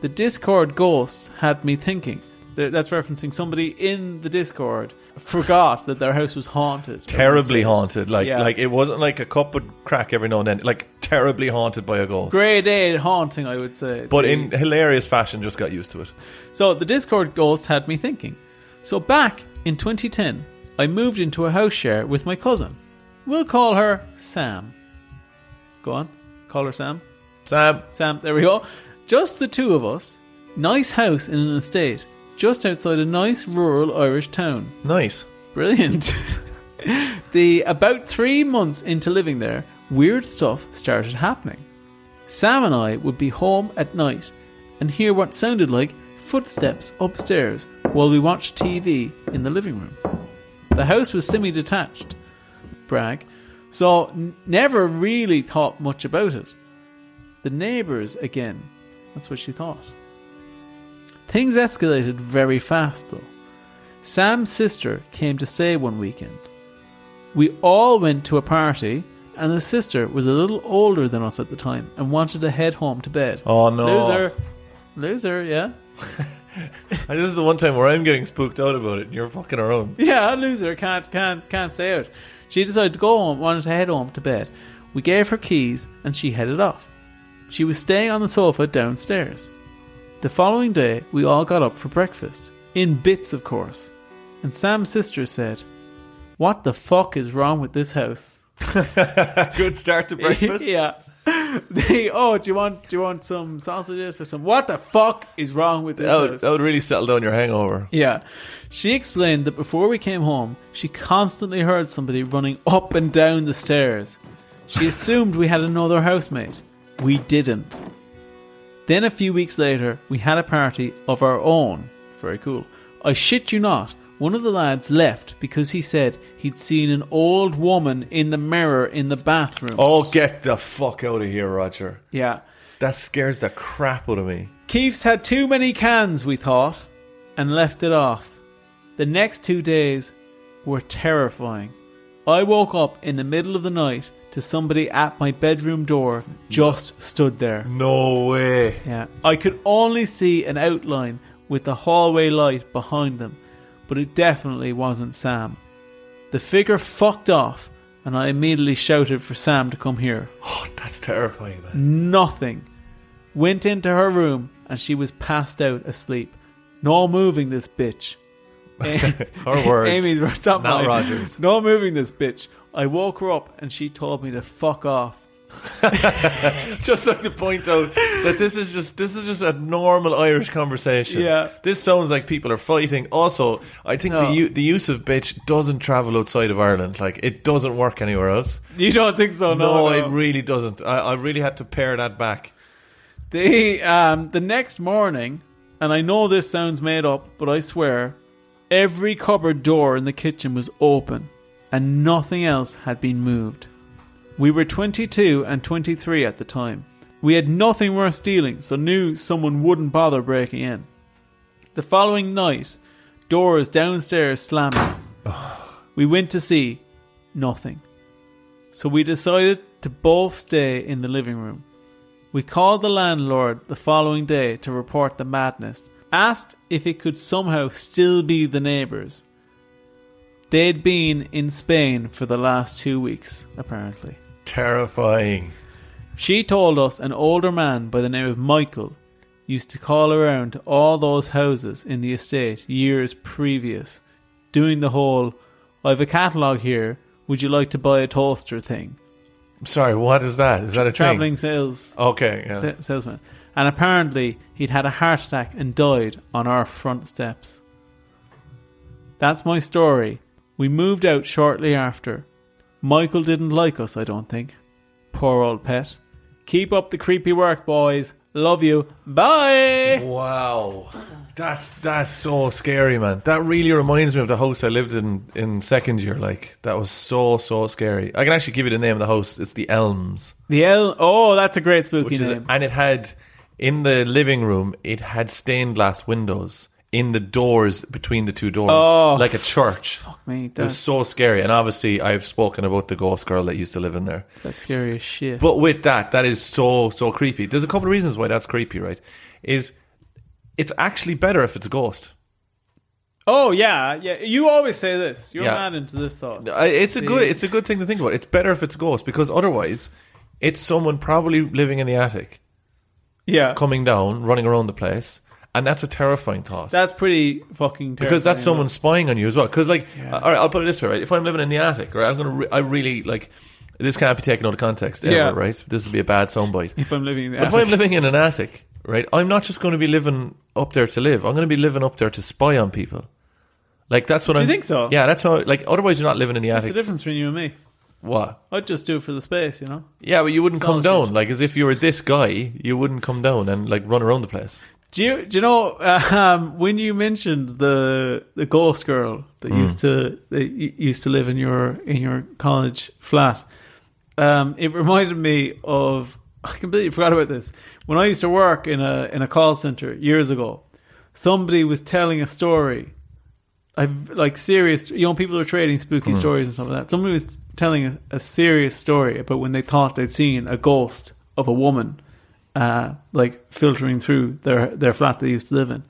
S1: The Discord ghosts had me thinking. Th- That's referencing somebody in the Discord forgot that their house was haunted.
S2: terribly haunted. Like
S1: Yeah.
S2: like it wasn't like a cup would crack every now and then. Like terribly haunted by a ghost.
S1: Grade A haunting, I would say.
S2: But
S1: The-
S2: in hilarious fashion, just got used to it.
S1: So the Discord ghost had me thinking. So back in 2010, I moved into a house share with my cousin. We'll call her Sam. Go on, call her Sam.
S2: Sam,
S1: Sam, there we go. Just the two of us. Nice house in an estate, just outside a nice rural Irish town.
S2: nice.
S1: Brilliant. [LAUGHS] the about three months into living there, weird stuff started happening. Sam and I would be home at night and hear what sounded like footsteps upstairs while we watched TV in the living room. The house was semi detached, brag, so n- never really thought much about it. The neighbours again, that's what she thought. Things escalated very fast though. Sam's sister came to stay one weekend. We all went to a party, and the sister was a little older than us at the time and wanted to head home to bed.
S2: Oh, no.
S1: Loser. Loser, yeah.
S2: And this is the one time where I'm getting spooked out about it, and you're fucking around.
S1: [LAUGHS] Yeah, a loser can't can't can't stay out. She decided to go home, wanted to head home to bed. We gave her keys and she headed off. She was staying on the sofa downstairs. The following day, we all got up for breakfast, in bits, of course. And Sam's sister said, "What the fuck is wrong with this house?"
S2: [LAUGHS]
S1: [LAUGHS]
S2: Good start to breakfast.
S1: yeah. [LAUGHS] They, oh, do you want do you want some sausages or some? What the fuck is wrong with this
S2: [LAUGHS] That would,
S1: house?
S2: that would really settle down your hangover.
S1: Yeah. She explained that before we came home, she constantly heard somebody running up and down the stairs. She assumed we had another housemate. We didn't. Then a few weeks later, we had a party of our own. Very cool. I shit you not, one of the lads left because he said he'd seen an old woman in the mirror in the bathroom.
S2: Oh, get the fuck out of here, Roger.
S1: Yeah.
S2: That scares the crap out of me.
S1: Keefe's had too many cans, we thought, and left it off. The next two days were terrifying. I woke up in the middle of the night to somebody at my bedroom door just stood there.
S2: No way. [SIGHS]
S1: Yeah. I could only see an outline with the hallway light behind them, but it definitely wasn't Sam. The figure fucked off, and I immediately shouted for Sam to come here.
S2: Oh, that's terrifying, man.
S1: Nothing. Went into her room, and she was passed out asleep. No moving this bitch.
S2: [LAUGHS] Her words.
S1: Amy's top line.
S2: Not Rogers.
S1: No moving this bitch. I woke her up, and she told me to fuck off.
S2: [LAUGHS] just like to point out that this is just this is just a normal Irish conversation.
S1: Yeah.
S2: this sounds like people are fighting. Also, I think the
S1: No.
S2: u- the use of bitch doesn't travel outside of Ireland. Like it doesn't work anywhere else.
S1: You don't think so? Oh, No,
S2: it really doesn't. I, I really had to pare that back.
S1: The um the next morning, and I know this sounds made up, but I swear, every cupboard door in the kitchen was open, and nothing else had been moved. We were 22 and 23 at the time. We had nothing worth stealing, so knew someone wouldn't bother breaking in. The following night, doors downstairs slamming. we went to see nothing. So we decided to both stay in the living room. We called the landlord the following day to report the madness, asked if it could somehow still be the neighbours. They'd been in Spain for the last two weeks, apparently.
S2: Terrifying.
S1: She told us an older man by the name of Michael used to call around to all those houses in the estate years previous, doing the whole I've a catalogue here, would you like to buy a toaster thing?
S2: I'm sorry. What is that? Is that a
S1: Travelling
S2: thing?
S1: sales
S2: Okay. Yeah.
S1: sa- salesman. And apparently, he'd had a heart attack and died on our front steps. That's my story. We moved out shortly after. Michael didn't like us, I don't think. Poor old pet. Keep up the creepy work, boys. Love you. Bye.
S2: Wow. That's that's so scary, man. That really reminds me of the house I lived in in second year. Like that was so so scary. I can actually give you the name of the house. It's the Elms,
S1: The L. Oh, that's a great spooky
S2: which is-
S1: name.
S2: and it had in the living room. It had stained glass windows in the doors between the two doors,
S1: Oh,
S2: like a church.
S1: Fuck me,
S2: It was
S1: that's,
S2: so scary. And obviously, I've spoken about the ghost girl that used to live in there.
S1: that's scary as shit.
S2: But with that, that is so so creepy. There's a couple of reasons why that's creepy, right? Is it's actually better if it's a ghost.
S1: oh yeah, yeah. You always say this. You're
S2: Yeah.
S1: mad into this thought.
S2: I- It's a good it's a good thing to think about. It's better if it's a ghost because otherwise, it's someone probably living in the attic,
S1: Yeah,
S2: coming down, running around the place, and that's a terrifying thought.
S1: that's pretty fucking.
S2: because that's
S1: terrifying.
S2: someone spying on you as well. Because like, all right, I'll put it this way, right? If I'm living in the attic, right, I'm gonna, re- I really like, this can't be taken out of context ever,
S1: Yeah.
S2: right? This will be a bad
S1: [LAUGHS]
S2: soundbite.
S1: If I'm living in the
S2: But if
S1: attic.
S2: I'm living in an attic, right, I'm not just going to be living up there to live. I'm going to be living up there to spy on people. Like that's what
S1: you
S2: I'm.
S1: think so?
S2: Yeah, that's how. Like otherwise, you're not living in the
S1: That's the
S2: attic.
S1: difference between you and me.
S2: what?
S1: I'd just do it for the space, you know.
S2: Yeah, but you wouldn't come
S1: Solitude.
S2: down. Like as if you were this guy, you wouldn't come down and like run around the place.
S1: Do you do you know uh, um, when you mentioned the the ghost girl that used to that y- used to live in your in your college flat? Um, it reminded me of I completely forgot about this when I used to work in a in a call center years ago. Somebody was telling a story. I've like serious you know people are trading spooky stories and stuff like that. Somebody was telling a, a serious story about when they thought they'd seen a ghost of a woman uh, like filtering through their their flat they used to live in.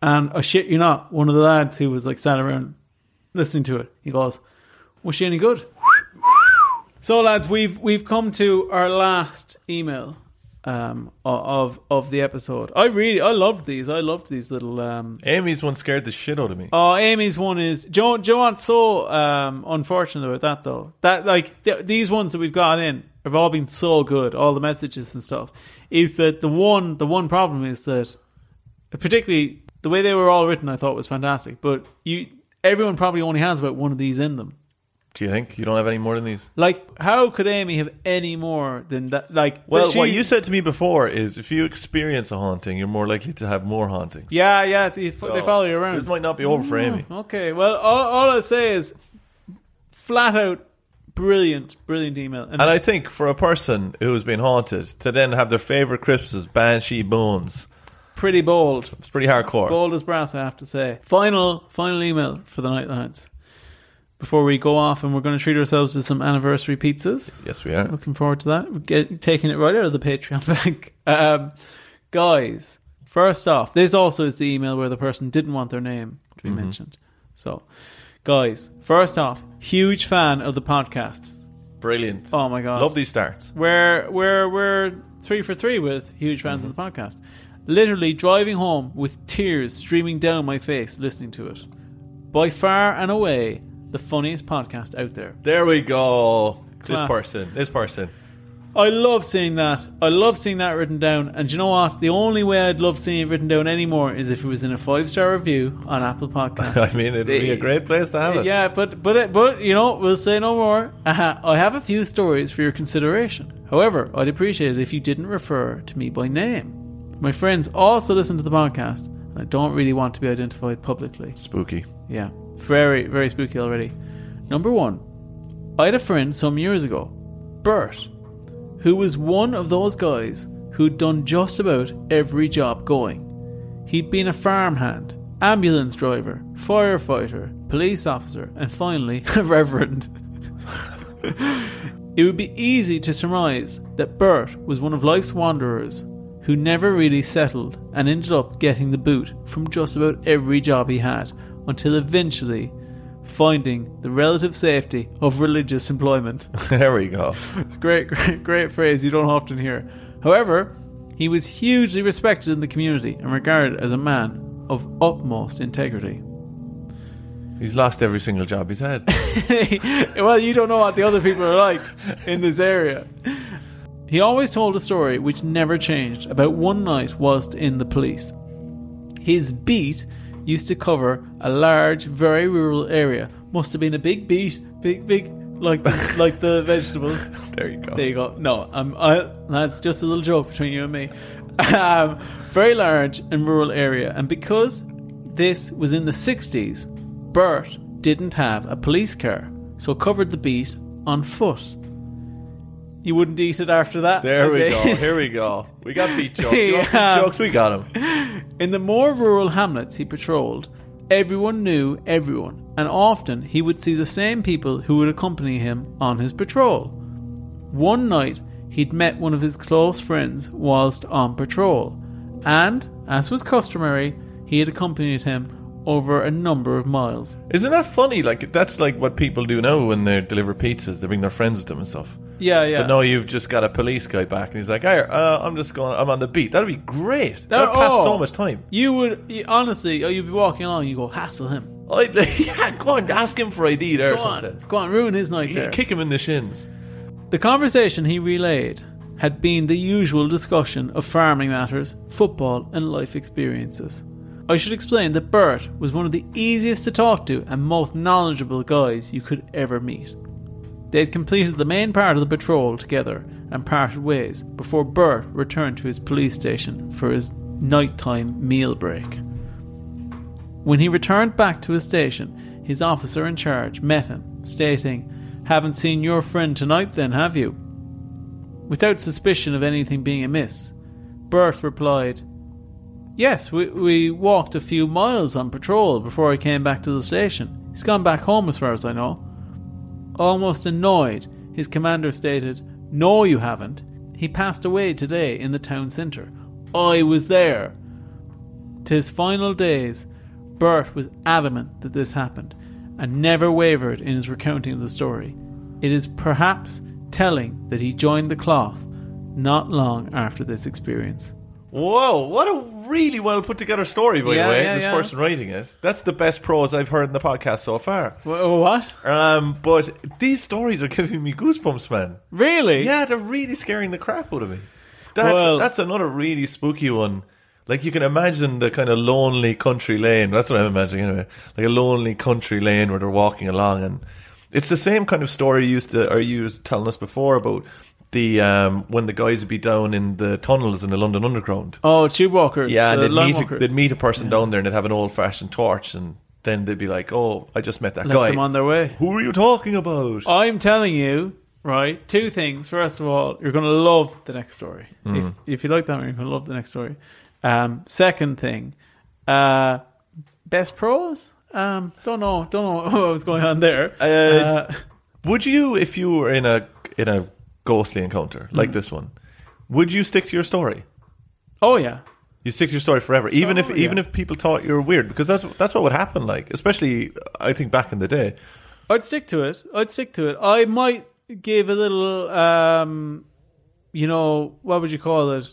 S1: And I shit you not, one of the lads who was like sat around listening to it, he goes, "Was she any good?" So lads, we've we've come to our last email um, o- of of the episode. I really I loved these. I loved these little. Um,
S2: Amy's one scared the shit out of me.
S1: oh, Amy's one is Joe. Joe, aren't so um, unfortunate about that though. That like th- these ones that we've got in have all been so good. All the messages and stuff is that the one the one problem is that particularly the way they were all written, I thought was fantastic. But you everyone probably only has about one of these in them.
S2: Do you think you don't have any more than these?
S1: Like, how could Amy have any more than that? Like,
S2: Well,
S1: that she-
S2: what you said to me before is if you experience a haunting, you're more likely to have more hauntings.
S1: Yeah, yeah, they, f they follow you
S2: This
S1: around.
S2: might not be over for Amy.
S1: Okay, well, all, all I say is flat out Brilliant, brilliant email. And,
S2: And I think for a person who's been haunted to then have their favorite Christmas Banshee Boons,
S1: pretty bold.
S2: it's pretty hardcore.
S1: Bold as brass, I have to say. Final, final email for the night, lads. Before we go off, and we're going to treat ourselves to some anniversary pizzas.
S2: Yes, we are.
S1: Looking forward to that. We're get, taking it right out of the Patreon [LAUGHS] bank. Um, guys, first off, this also is the email where the person didn't want their name to be mentioned. So, guys, first off, huge fan of the podcast.
S2: Brilliant.
S1: Oh my God.
S2: Love these starts.
S1: We're, we're, we're three for three with huge fans of the podcast. Literally driving home with tears streaming down my face listening to it. By far and away, the funniest podcast out there.
S2: There we go. This
S1: Class.
S2: person. This person.
S1: I love seeing that. I love seeing that written down. And do you know what? The only way I'd love seeing it written down anymore is if it was in a five star review on Apple Podcasts.
S2: [LAUGHS] I mean, it'd be a great place to have it.
S1: Yeah, but but it- but you know, we'll say no more. Uh, I have a few stories for your consideration. However, I'd appreciate it if you didn't refer to me by name. My friends also listen to the podcast, and I don't really want to be identified publicly.
S2: Spooky.
S1: Yeah, very, very spooky already. Number one, I had a friend some years ago, Bert, who was one of those guys who'd done just about every job going. He'd been a farmhand, ambulance driver, firefighter, police officer, and finally, [LAUGHS] a reverend. it would be easy to surmise that Bert was one of life's wanderers who never really settled and ended up getting the boot from just about every job he had until eventually finding the relative safety of religious employment.
S2: [LAUGHS] there we go.
S1: great, [LAUGHS] great, great phrase you don't often hear. However, he was hugely respected in the community and regarded as a man of utmost integrity.
S2: He's lost every single job he's had.
S1: [LAUGHS]
S2: [LAUGHS]
S1: well, you don't know what the other people are like in this area. He always told a story which never changed about one night whilst in the police. His beat used to cover a large, very rural area. Must have been a big beat, big, big, like the, like the vegetables.
S2: there you go.
S1: There you go. No, um, I, that's just a little joke between you and me. [LAUGHS] Um, very large and rural area, and because this was in the 60s, Bert didn't have a police car, so covered the beat on foot. You wouldn't eat it after that.
S2: There we
S1: okay?
S2: go.
S1: [LAUGHS]
S2: Here we go. We got beat jokes. You want beat
S1: Yeah.
S2: jokes. We got him.
S1: In the more rural hamlets he patrolled, everyone knew everyone, and often he would see the same people who would accompany him on his patrol. One night, he'd met one of his close friends whilst on patrol, and, as was customary, he had accompanied him over a number of miles.
S2: Isn't that funny? Like that's like what people do now when they deliver pizzas. They bring their friends with them and stuff.
S1: Yeah, yeah.
S2: But no, you've just got a police guy back, and he's like, "Hey, uh, I'm just going. I'm on the beat. That'd be great. That would pass
S1: oh.
S2: so much time.
S1: you would you, honestly, oh, you'd be walking along, you go hassle him.
S2: I'd, [LAUGHS] yeah, go on, ask him for ID there or
S1: Go on,
S2: something.
S1: go on, ruin his night there.
S2: Kick him in the shins.
S1: The conversation he relayed had been the usual discussion of farming matters, football, and life experiences. I should explain that Bert was one of the easiest to talk to and most knowledgeable guys you could ever meet. They had completed the main part of the patrol together and parted ways before Bert returned to his police station for his nighttime meal break. When he returned back to his station, his officer in charge met him, stating, Haven't seen your friend tonight, then, have you? Without suspicion of anything being amiss, Bert replied, Yes, we, we walked a few miles on patrol before I came back to the station. He's gone back home, as far as I know. Almost annoyed, his commander stated, No, you haven't. He passed away today in the town centre. I was there. To his final days, Bert was adamant that this happened and never wavered in his recounting of the story. It is perhaps telling that he joined the cloth not long after this experience.
S2: Whoa, what a really well put together story, by
S1: Yeah,
S2: the way.
S1: yeah,
S2: this
S1: yeah.
S2: person writing it. That's the best prose I've heard in the podcast so far.
S1: What?
S2: Um, but these stories are giving me goosebumps, man.
S1: Really?
S2: Yeah, they're really scaring the crap out of me. That's
S1: Well-
S2: that's another really spooky one. Like you can imagine the kind of lonely country lane. That's what I'm imagining anyway. Like a lonely country lane where they're walking along, and it's the same kind of story you used to or you was telling us before about the um, when the guys would be down in the tunnels in the London Underground.
S1: Oh, tube walkers.
S2: Yeah, and
S1: the
S2: they'd
S1: line
S2: meet, a,
S1: walkers.
S2: they'd meet a person down there and they'd have an old fashioned torch and then they'd be like, "Oh, I just met that
S1: Let
S2: guy.
S1: them on their way.
S2: Who are you talking about?"
S1: I'm telling you, right? Two things. First of all, you're going to love the next story. If, if you like that one, you're going to love the next story. Um, second thing, uh, best pros. Um, don't know, don't know [LAUGHS] what was going on there.
S2: Uh,
S1: Uh,
S2: Would you, if you were in a in a ghostly encounter like this one, would you stick to your story?
S1: oh yeah,
S2: You stick to your story forever, even if even if people thought you were weird, because that's that's what would happen. Like, especially uh, I think back in the day,
S1: I'd stick to it. I'd stick to it. I might give a little, um, you know, what would you call it?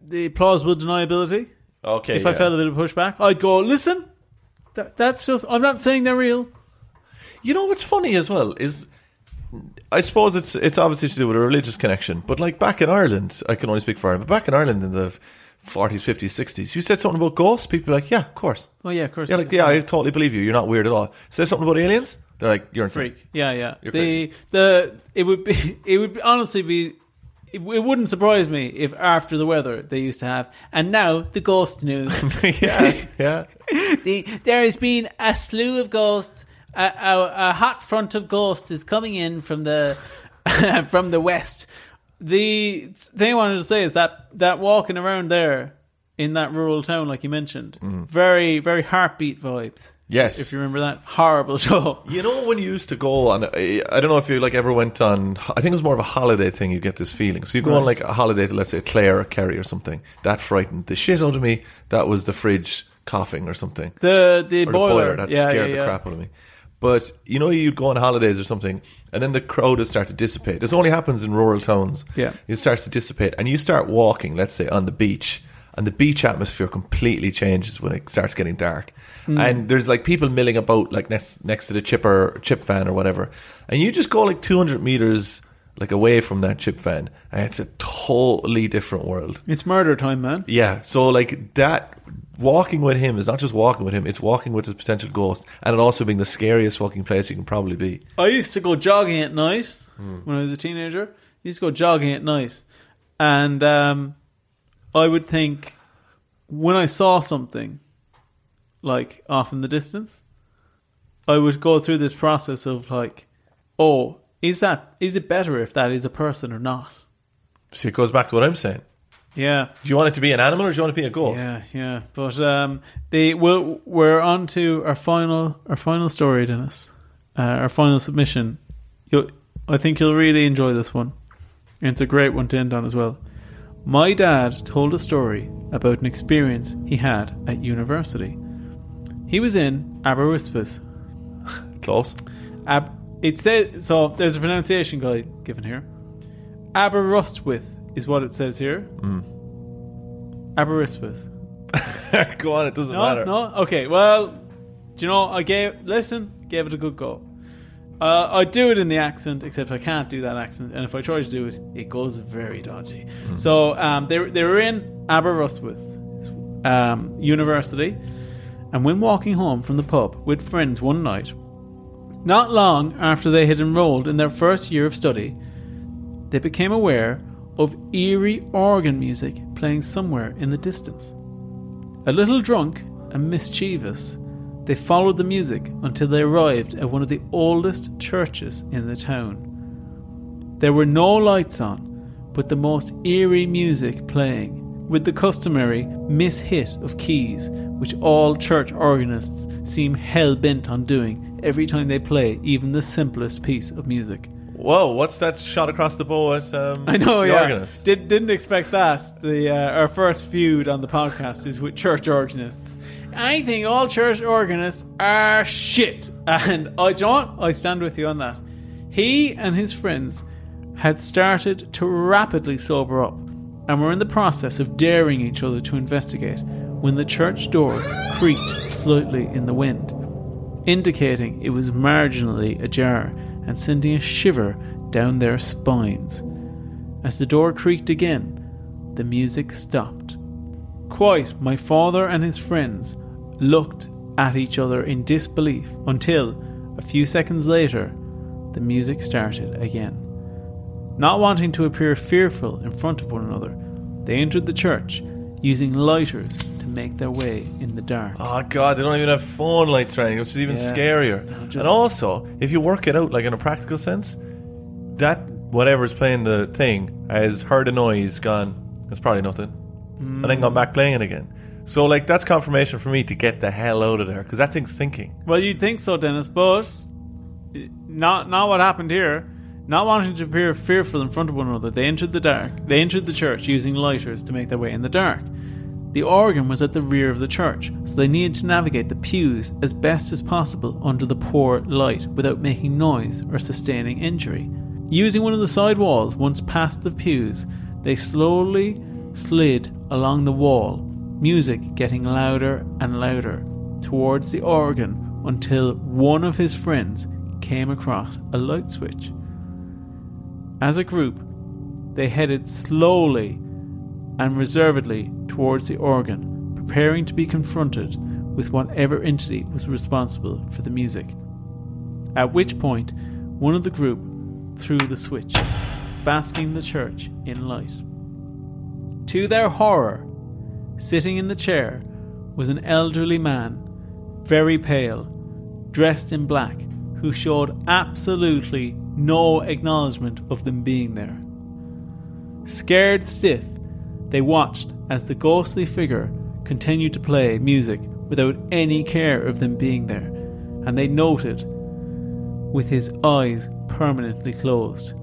S1: The plausible deniability.
S2: okay,
S1: If I felt a bit of pushback, I'd go, listen, that, that's just, I'm not saying they're real.
S2: You know what's funny as well is, I suppose it's it's obviously to do with a religious connection, but like back in Ireland, I can only speak for Ireland, but back in Ireland in the forties, fifties, sixties, you said something about ghosts, people were like, yeah, of course,
S1: Oh, yeah, of course.
S2: yeah, like yeah, I totally believe you, you're not weird at all. Say something about aliens, they're like, you're insane.
S1: freak. Yeah, yeah. The
S2: crazy.
S1: the it would be [LAUGHS] it would honestly be it, it wouldn't surprise me if after the weather they used to have and now the ghost
S2: [LAUGHS]
S1: news.
S2: yeah, yeah.
S1: the, there has been a slew of ghosts. A, a, a hot front of ghosts is coming in from the [LAUGHS] from the west. The thing I wanted to say is that that walking around there in that rural town, like you mentioned,
S2: Mm.
S1: very very heartbeat vibes.
S2: Yes.
S1: if you remember that horrible [LAUGHS] show.
S2: You know when you used to go on? I I don't know if you like ever went on. I think it was more of a holiday thing. You get this feeling. So you go on like a holiday to let's say Clare or Kerry or something. That frightened the shit out of me. That was the fridge coughing or something.
S1: The the
S2: or
S1: boiler.
S2: the boiler that
S1: yeah,
S2: scared
S1: yeah,
S2: the
S1: yeah.
S2: crap out of me. But you know, you'd go on holidays or something, and then the crowd would start to dissipate. This only happens in rural towns.
S1: Yeah.
S2: it starts to dissipate, and you start walking, let's say, on the beach, and the beach atmosphere completely changes when it starts getting dark.
S1: Hmm.
S2: And there's like people milling about, like next next to the chipper chip van or whatever, and you just go like 200 meters like away from that chip van, and it's a totally different world.
S1: It's murder time, man.
S2: Yeah. So like that walking with him is not just walking with him, it's walking with his potential ghost and it also being the scariest fucking place you can probably be.
S1: I used to go jogging at night
S2: Hmm.
S1: when I was a teenager. I used to go jogging at night, and um, I would think when I saw something like off in the distance, I would go through this process of like, oh, is that is it better if that is a person or not?
S2: So it goes back to what I'm saying.
S1: Yeah,
S2: Do you want it to be an animal or do you want it to be a ghost?
S1: yeah, yeah. But um, they we'll, we're on to our final our final story, Dennis. Uh, our final submission. You, I think you'll really enjoy this one. And it's a great one to end on as well. My dad told a story about an experience he had at university. He was in Aberystwyth.
S2: Close. [LAUGHS]
S1: Ab- it says so. There's a pronunciation guide given here. Aberystwyth is what it says here. Aberystwyth.
S2: go on, it doesn't
S1: No,
S2: matter.
S1: no. Okay, well, do you know? I gave listen, gave it a good go. Uh, I do it in the accent, except I can't do that accent, and if I try to do it, it goes very dodgy.
S2: Hmm.
S1: So um, they they were in Aberystwyth um, University, and when walking home from the pub with friends one night, not long after they had enrolled in their first year of study, they became aware of eerie organ music playing somewhere in the distance. A little drunk and mischievous, they followed the music until they arrived at one of the oldest churches in the town. There were no lights on, but the most eerie music playing, with the customary mishit of keys, which all church organists seem hell bent on doing every time they play even the simplest piece of music.
S2: Whoa, what's that shot across the bow at um,
S1: I know,
S2: the
S1: yeah.
S2: organist?
S1: Did, didn't expect that. The uh, our first feud on the podcast is with church organists. I think all church organists are shit, and I, John, I stand with you on that. He and his friends had started to rapidly sober up, and were in the process of daring each other to investigate when the church door creaked slightly in the wind indicating it was marginally ajar and sending a shiver down their spines. As the door creaked again, the music stopped. Quite, my father and his friends looked at each other in disbelief until, a few seconds later, the music started again. Not wanting to appear fearful in front of one another, they entered the church using lighters to to make their way in the dark.
S2: Oh god, they don't even have phone light training, which is even
S1: Yeah.
S2: scarier.
S1: just-
S2: and also, if you work it out like in a practical sense, that whatever's playing the thing has heard a noise, gone, it's probably nothing, and
S1: Mm.
S2: then gone back playing it again. So like that's confirmation for me to get the hell out of there because that thing's thinking.
S1: Well, you'd think so, Dennis, but not not what happened here. Not wanting to appear fearful in front of one another, they entered the dark. They entered the church using lighters to make their way in the dark. The organ was at the rear of the church, so they needed to navigate the pews as best as possible under the poor light without making noise or sustaining injury. Using one of the side walls once past the pews, they slowly slid along the wall, music getting louder and louder towards the organ until one of his friends came across a light switch. As a group, they headed slowly and reservedly towards the organ, preparing to be confronted with whatever entity was responsible for the music. At which point, one of the group threw the switch, basking the church in light. To their horror, sitting in the chair was an elderly man, very pale, dressed in black, who showed absolutely no acknowledgement of them being there. Scared stiff, they watched as the ghostly figure continued to play music without any care of them being there, and they noted, with his eyes permanently closed,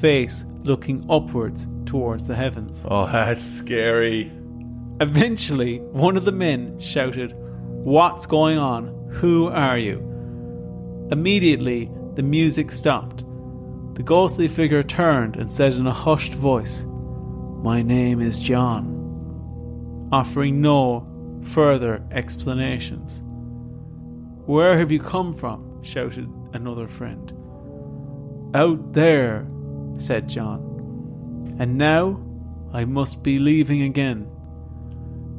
S1: face looking upwards towards the heavens.
S2: Oh, [LAUGHS] that's scary.
S1: Eventually, one of the men shouted, What's going on? Who are you? Immediately, the music stopped. The ghostly figure turned and said in a hushed voice, My name is John, offering no further explanations. Where have you come from? shouted another friend. Out there, said John. And now I must be leaving again.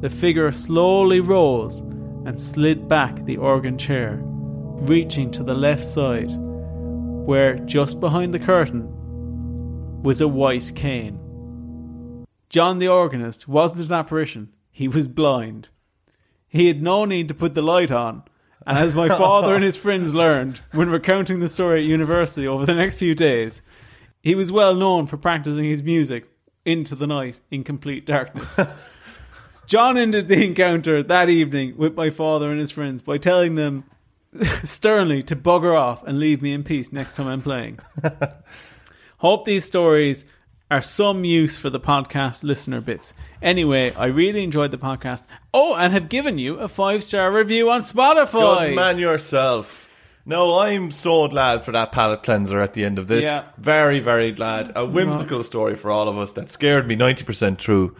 S1: The figure slowly rose and slid back the organ chair, reaching to the left side, where just behind the curtain was a white cane. John the organist wasn't an apparition, he was blind. He had no need to put the light on. And as my father and his friends learned when recounting the story at university over the next few days, he was well known for practicing his music into the night in complete darkness.
S2: [LAUGHS]
S1: John ended the encounter that evening with my father and his friends by telling them [LAUGHS] sternly to bugger off and leave me in peace next time I'm
S2: [LAUGHS]
S1: playing. Hope these stories are some use for the podcast listener bits. Anyway, I really enjoyed the podcast. Oh, and have given you a five star review on Spotify.
S2: Good man yourself. No, I'm so glad for that palate cleanser at the end of this.
S1: Yeah.
S2: Very, very glad. a whimsical story for all of us that scared me 90% true,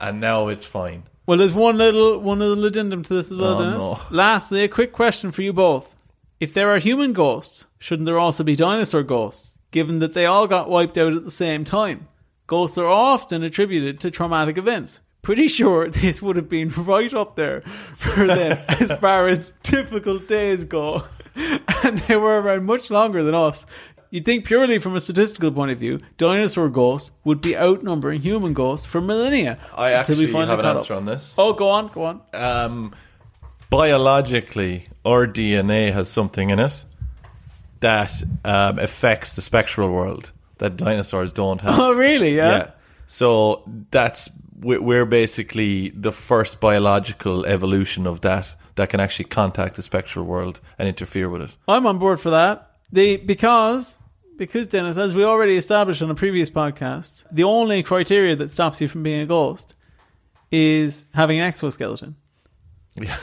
S2: and now it's fine.
S1: Well, there's one little one little addendum to this as well,
S2: Oh,
S1: Dennis.
S2: no.
S1: Lastly, a quick question for you both. If there are human ghosts, shouldn't there also be dinosaur ghosts, given that they all got wiped out at the same time? Ghosts are often attributed to traumatic events. Pretty sure [LAUGHS] this would have been right up there for
S2: [LAUGHS]
S1: them as far as difficult days go. [LAUGHS] And they were around much longer than us. You'd think purely from a statistical point of view, dinosaur ghosts would be outnumbering human ghosts for millennia.
S2: I
S1: until we
S2: actually
S1: finally
S2: have an
S1: caught up.
S2: answer on this.
S1: Oh, go on, go on.
S2: Um, biologically, our DNA has something in it that um, affects the spectral world that dinosaurs don't
S1: [LAUGHS]
S2: have.
S1: oh, really? Yeah.
S2: Yeah. So that's we- we're basically the first biological evolution of that that can actually contact the spectral world and interfere with it.
S1: I'm on board for that. The because because Dennis, as we already established on a previous podcast, the only criteria that stops you from being a ghost is having an exoskeleton. Yeah.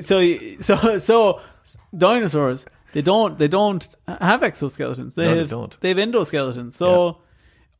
S1: So so [LAUGHS] so dinosaurs they don't they don't have exoskeletons. They
S2: No, they
S1: have,
S2: don't.
S1: They have endoskeletons. So.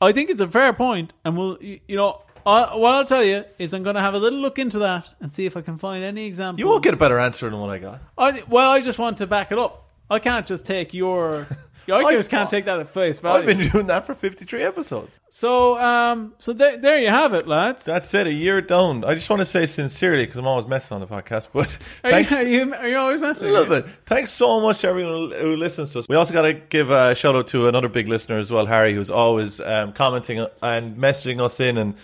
S1: I think it's a fair point, and we'll, you you know, I, what I'll tell you is I'm going to have a little look into that and see if I can find any examples.
S2: [LAUGHS] You won't get a better answer than what I got.
S1: I, well, I just want to back it up. I can't just take
S2: [LAUGHS]
S1: your. your I just can't take that at face value.
S2: I've been doing that for 53 episodes.
S1: so, um, so there there you have it, lads.
S2: That's it, a year down. I just want to say sincerely, because I'm always messing on the podcast, but
S1: are,
S2: thanks.
S1: you, are you are you always messing?
S2: A little bit. Thanks so much to everyone who listens to us. We also got to give a shout out to another big listener as well, Harry, who's always um, commenting and messaging us in and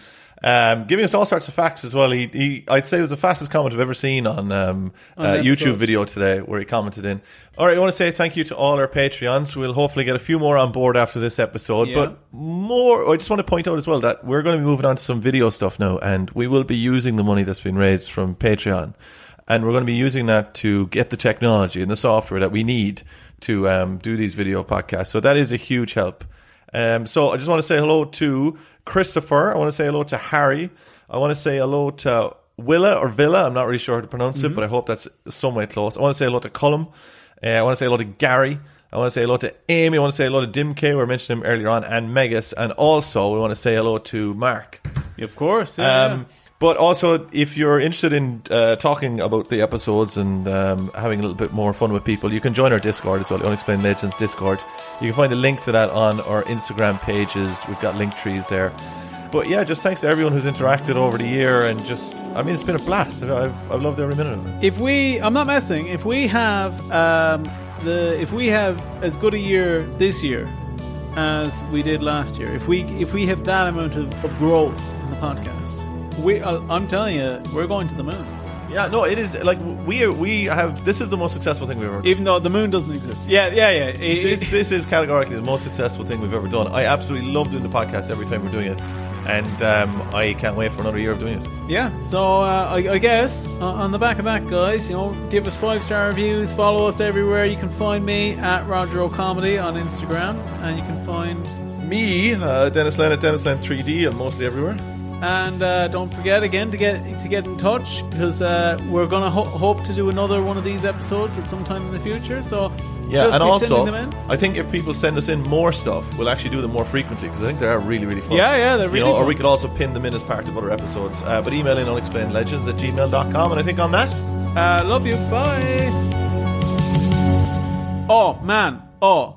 S2: Um, giving us all sorts of facts as well. He, he I'd say it was the fastest comment I've ever seen on um, uh,
S1: episode.
S2: YouTube video today where he commented in. All right, I want to say thank you to all our Patreons. We'll hopefully get a few more on board after this episode.
S1: Yeah.
S2: But more, I just want to point out as well that we're going to be moving on to some video stuff now, and we will be using the money that's been raised from Patreon. And we're going to be using that to get the technology and the software that we need to um, do these video podcasts. So that is a huge help. Um, so I just want to say hello to Christopher. I want to say hello to Harry. I want to say hello to Willa or Villa. I'm not really sure how to pronounce it, but I hope that's somewhere close. I want to say hello to Cullum. Uh, I want to say hello to Gary. I want to say hello to Amy. I want to say hello to Dimk. We mentioned him earlier on, and Megas. And also, we want to say hello to Mark.
S1: Of course. Yeah,
S2: Um, but also, if you're interested in uh, talking about the episodes and um, having a little bit more fun with people, you can join our Discord as well, the Unexplained Legends Discord. You can find a link to that on our Instagram pages. We've got link trees there. But yeah, just thanks to everyone who's interacted over the year, and just I mean, it's been a blast. I've, I've, I've loved every minute of it.
S1: if we i'm not messing if we have um, the if we have as good a year this year as we did last year if we if we have that amount of, of growth in the podcast we I- i'm telling you we're going to the moon
S2: Yeah, no, it is like we are, we have this is the most successful thing we've ever. done.
S1: even though the moon doesn't exist yeah yeah yeah It-
S2: this,
S1: it-
S2: this is categorically the most successful thing we've ever done. I absolutely love doing the podcast every time we're doing it, and um, I can't wait for another year of doing it.
S1: yeah so uh, I, I guess uh, on the back of that guys you know give us five star reviews follow us everywhere you can find me at roger o'comedy on instagram and you can find
S2: Me, uh, Dennis Lane at Dennis Lane 3D, and mostly everywhere.
S1: And uh, don't forget again to get to get in touch because uh, we're gonna ho- hope to do another one of these episodes at some time in the future. So
S2: Yeah,
S1: just
S2: and
S1: be
S2: also,
S1: sending them in.
S2: I think if people send us in more stuff, we'll actually do them more frequently because I think they are really, really fun.
S1: Yeah, yeah, they're
S2: you
S1: really
S2: know, Or
S1: fun.
S2: we could also pin them in as part of other episodes. Uh, but email in unexplainedlegends at gmail.com, and I think on that,
S1: Uh, love you. Bye. Oh man. Oh.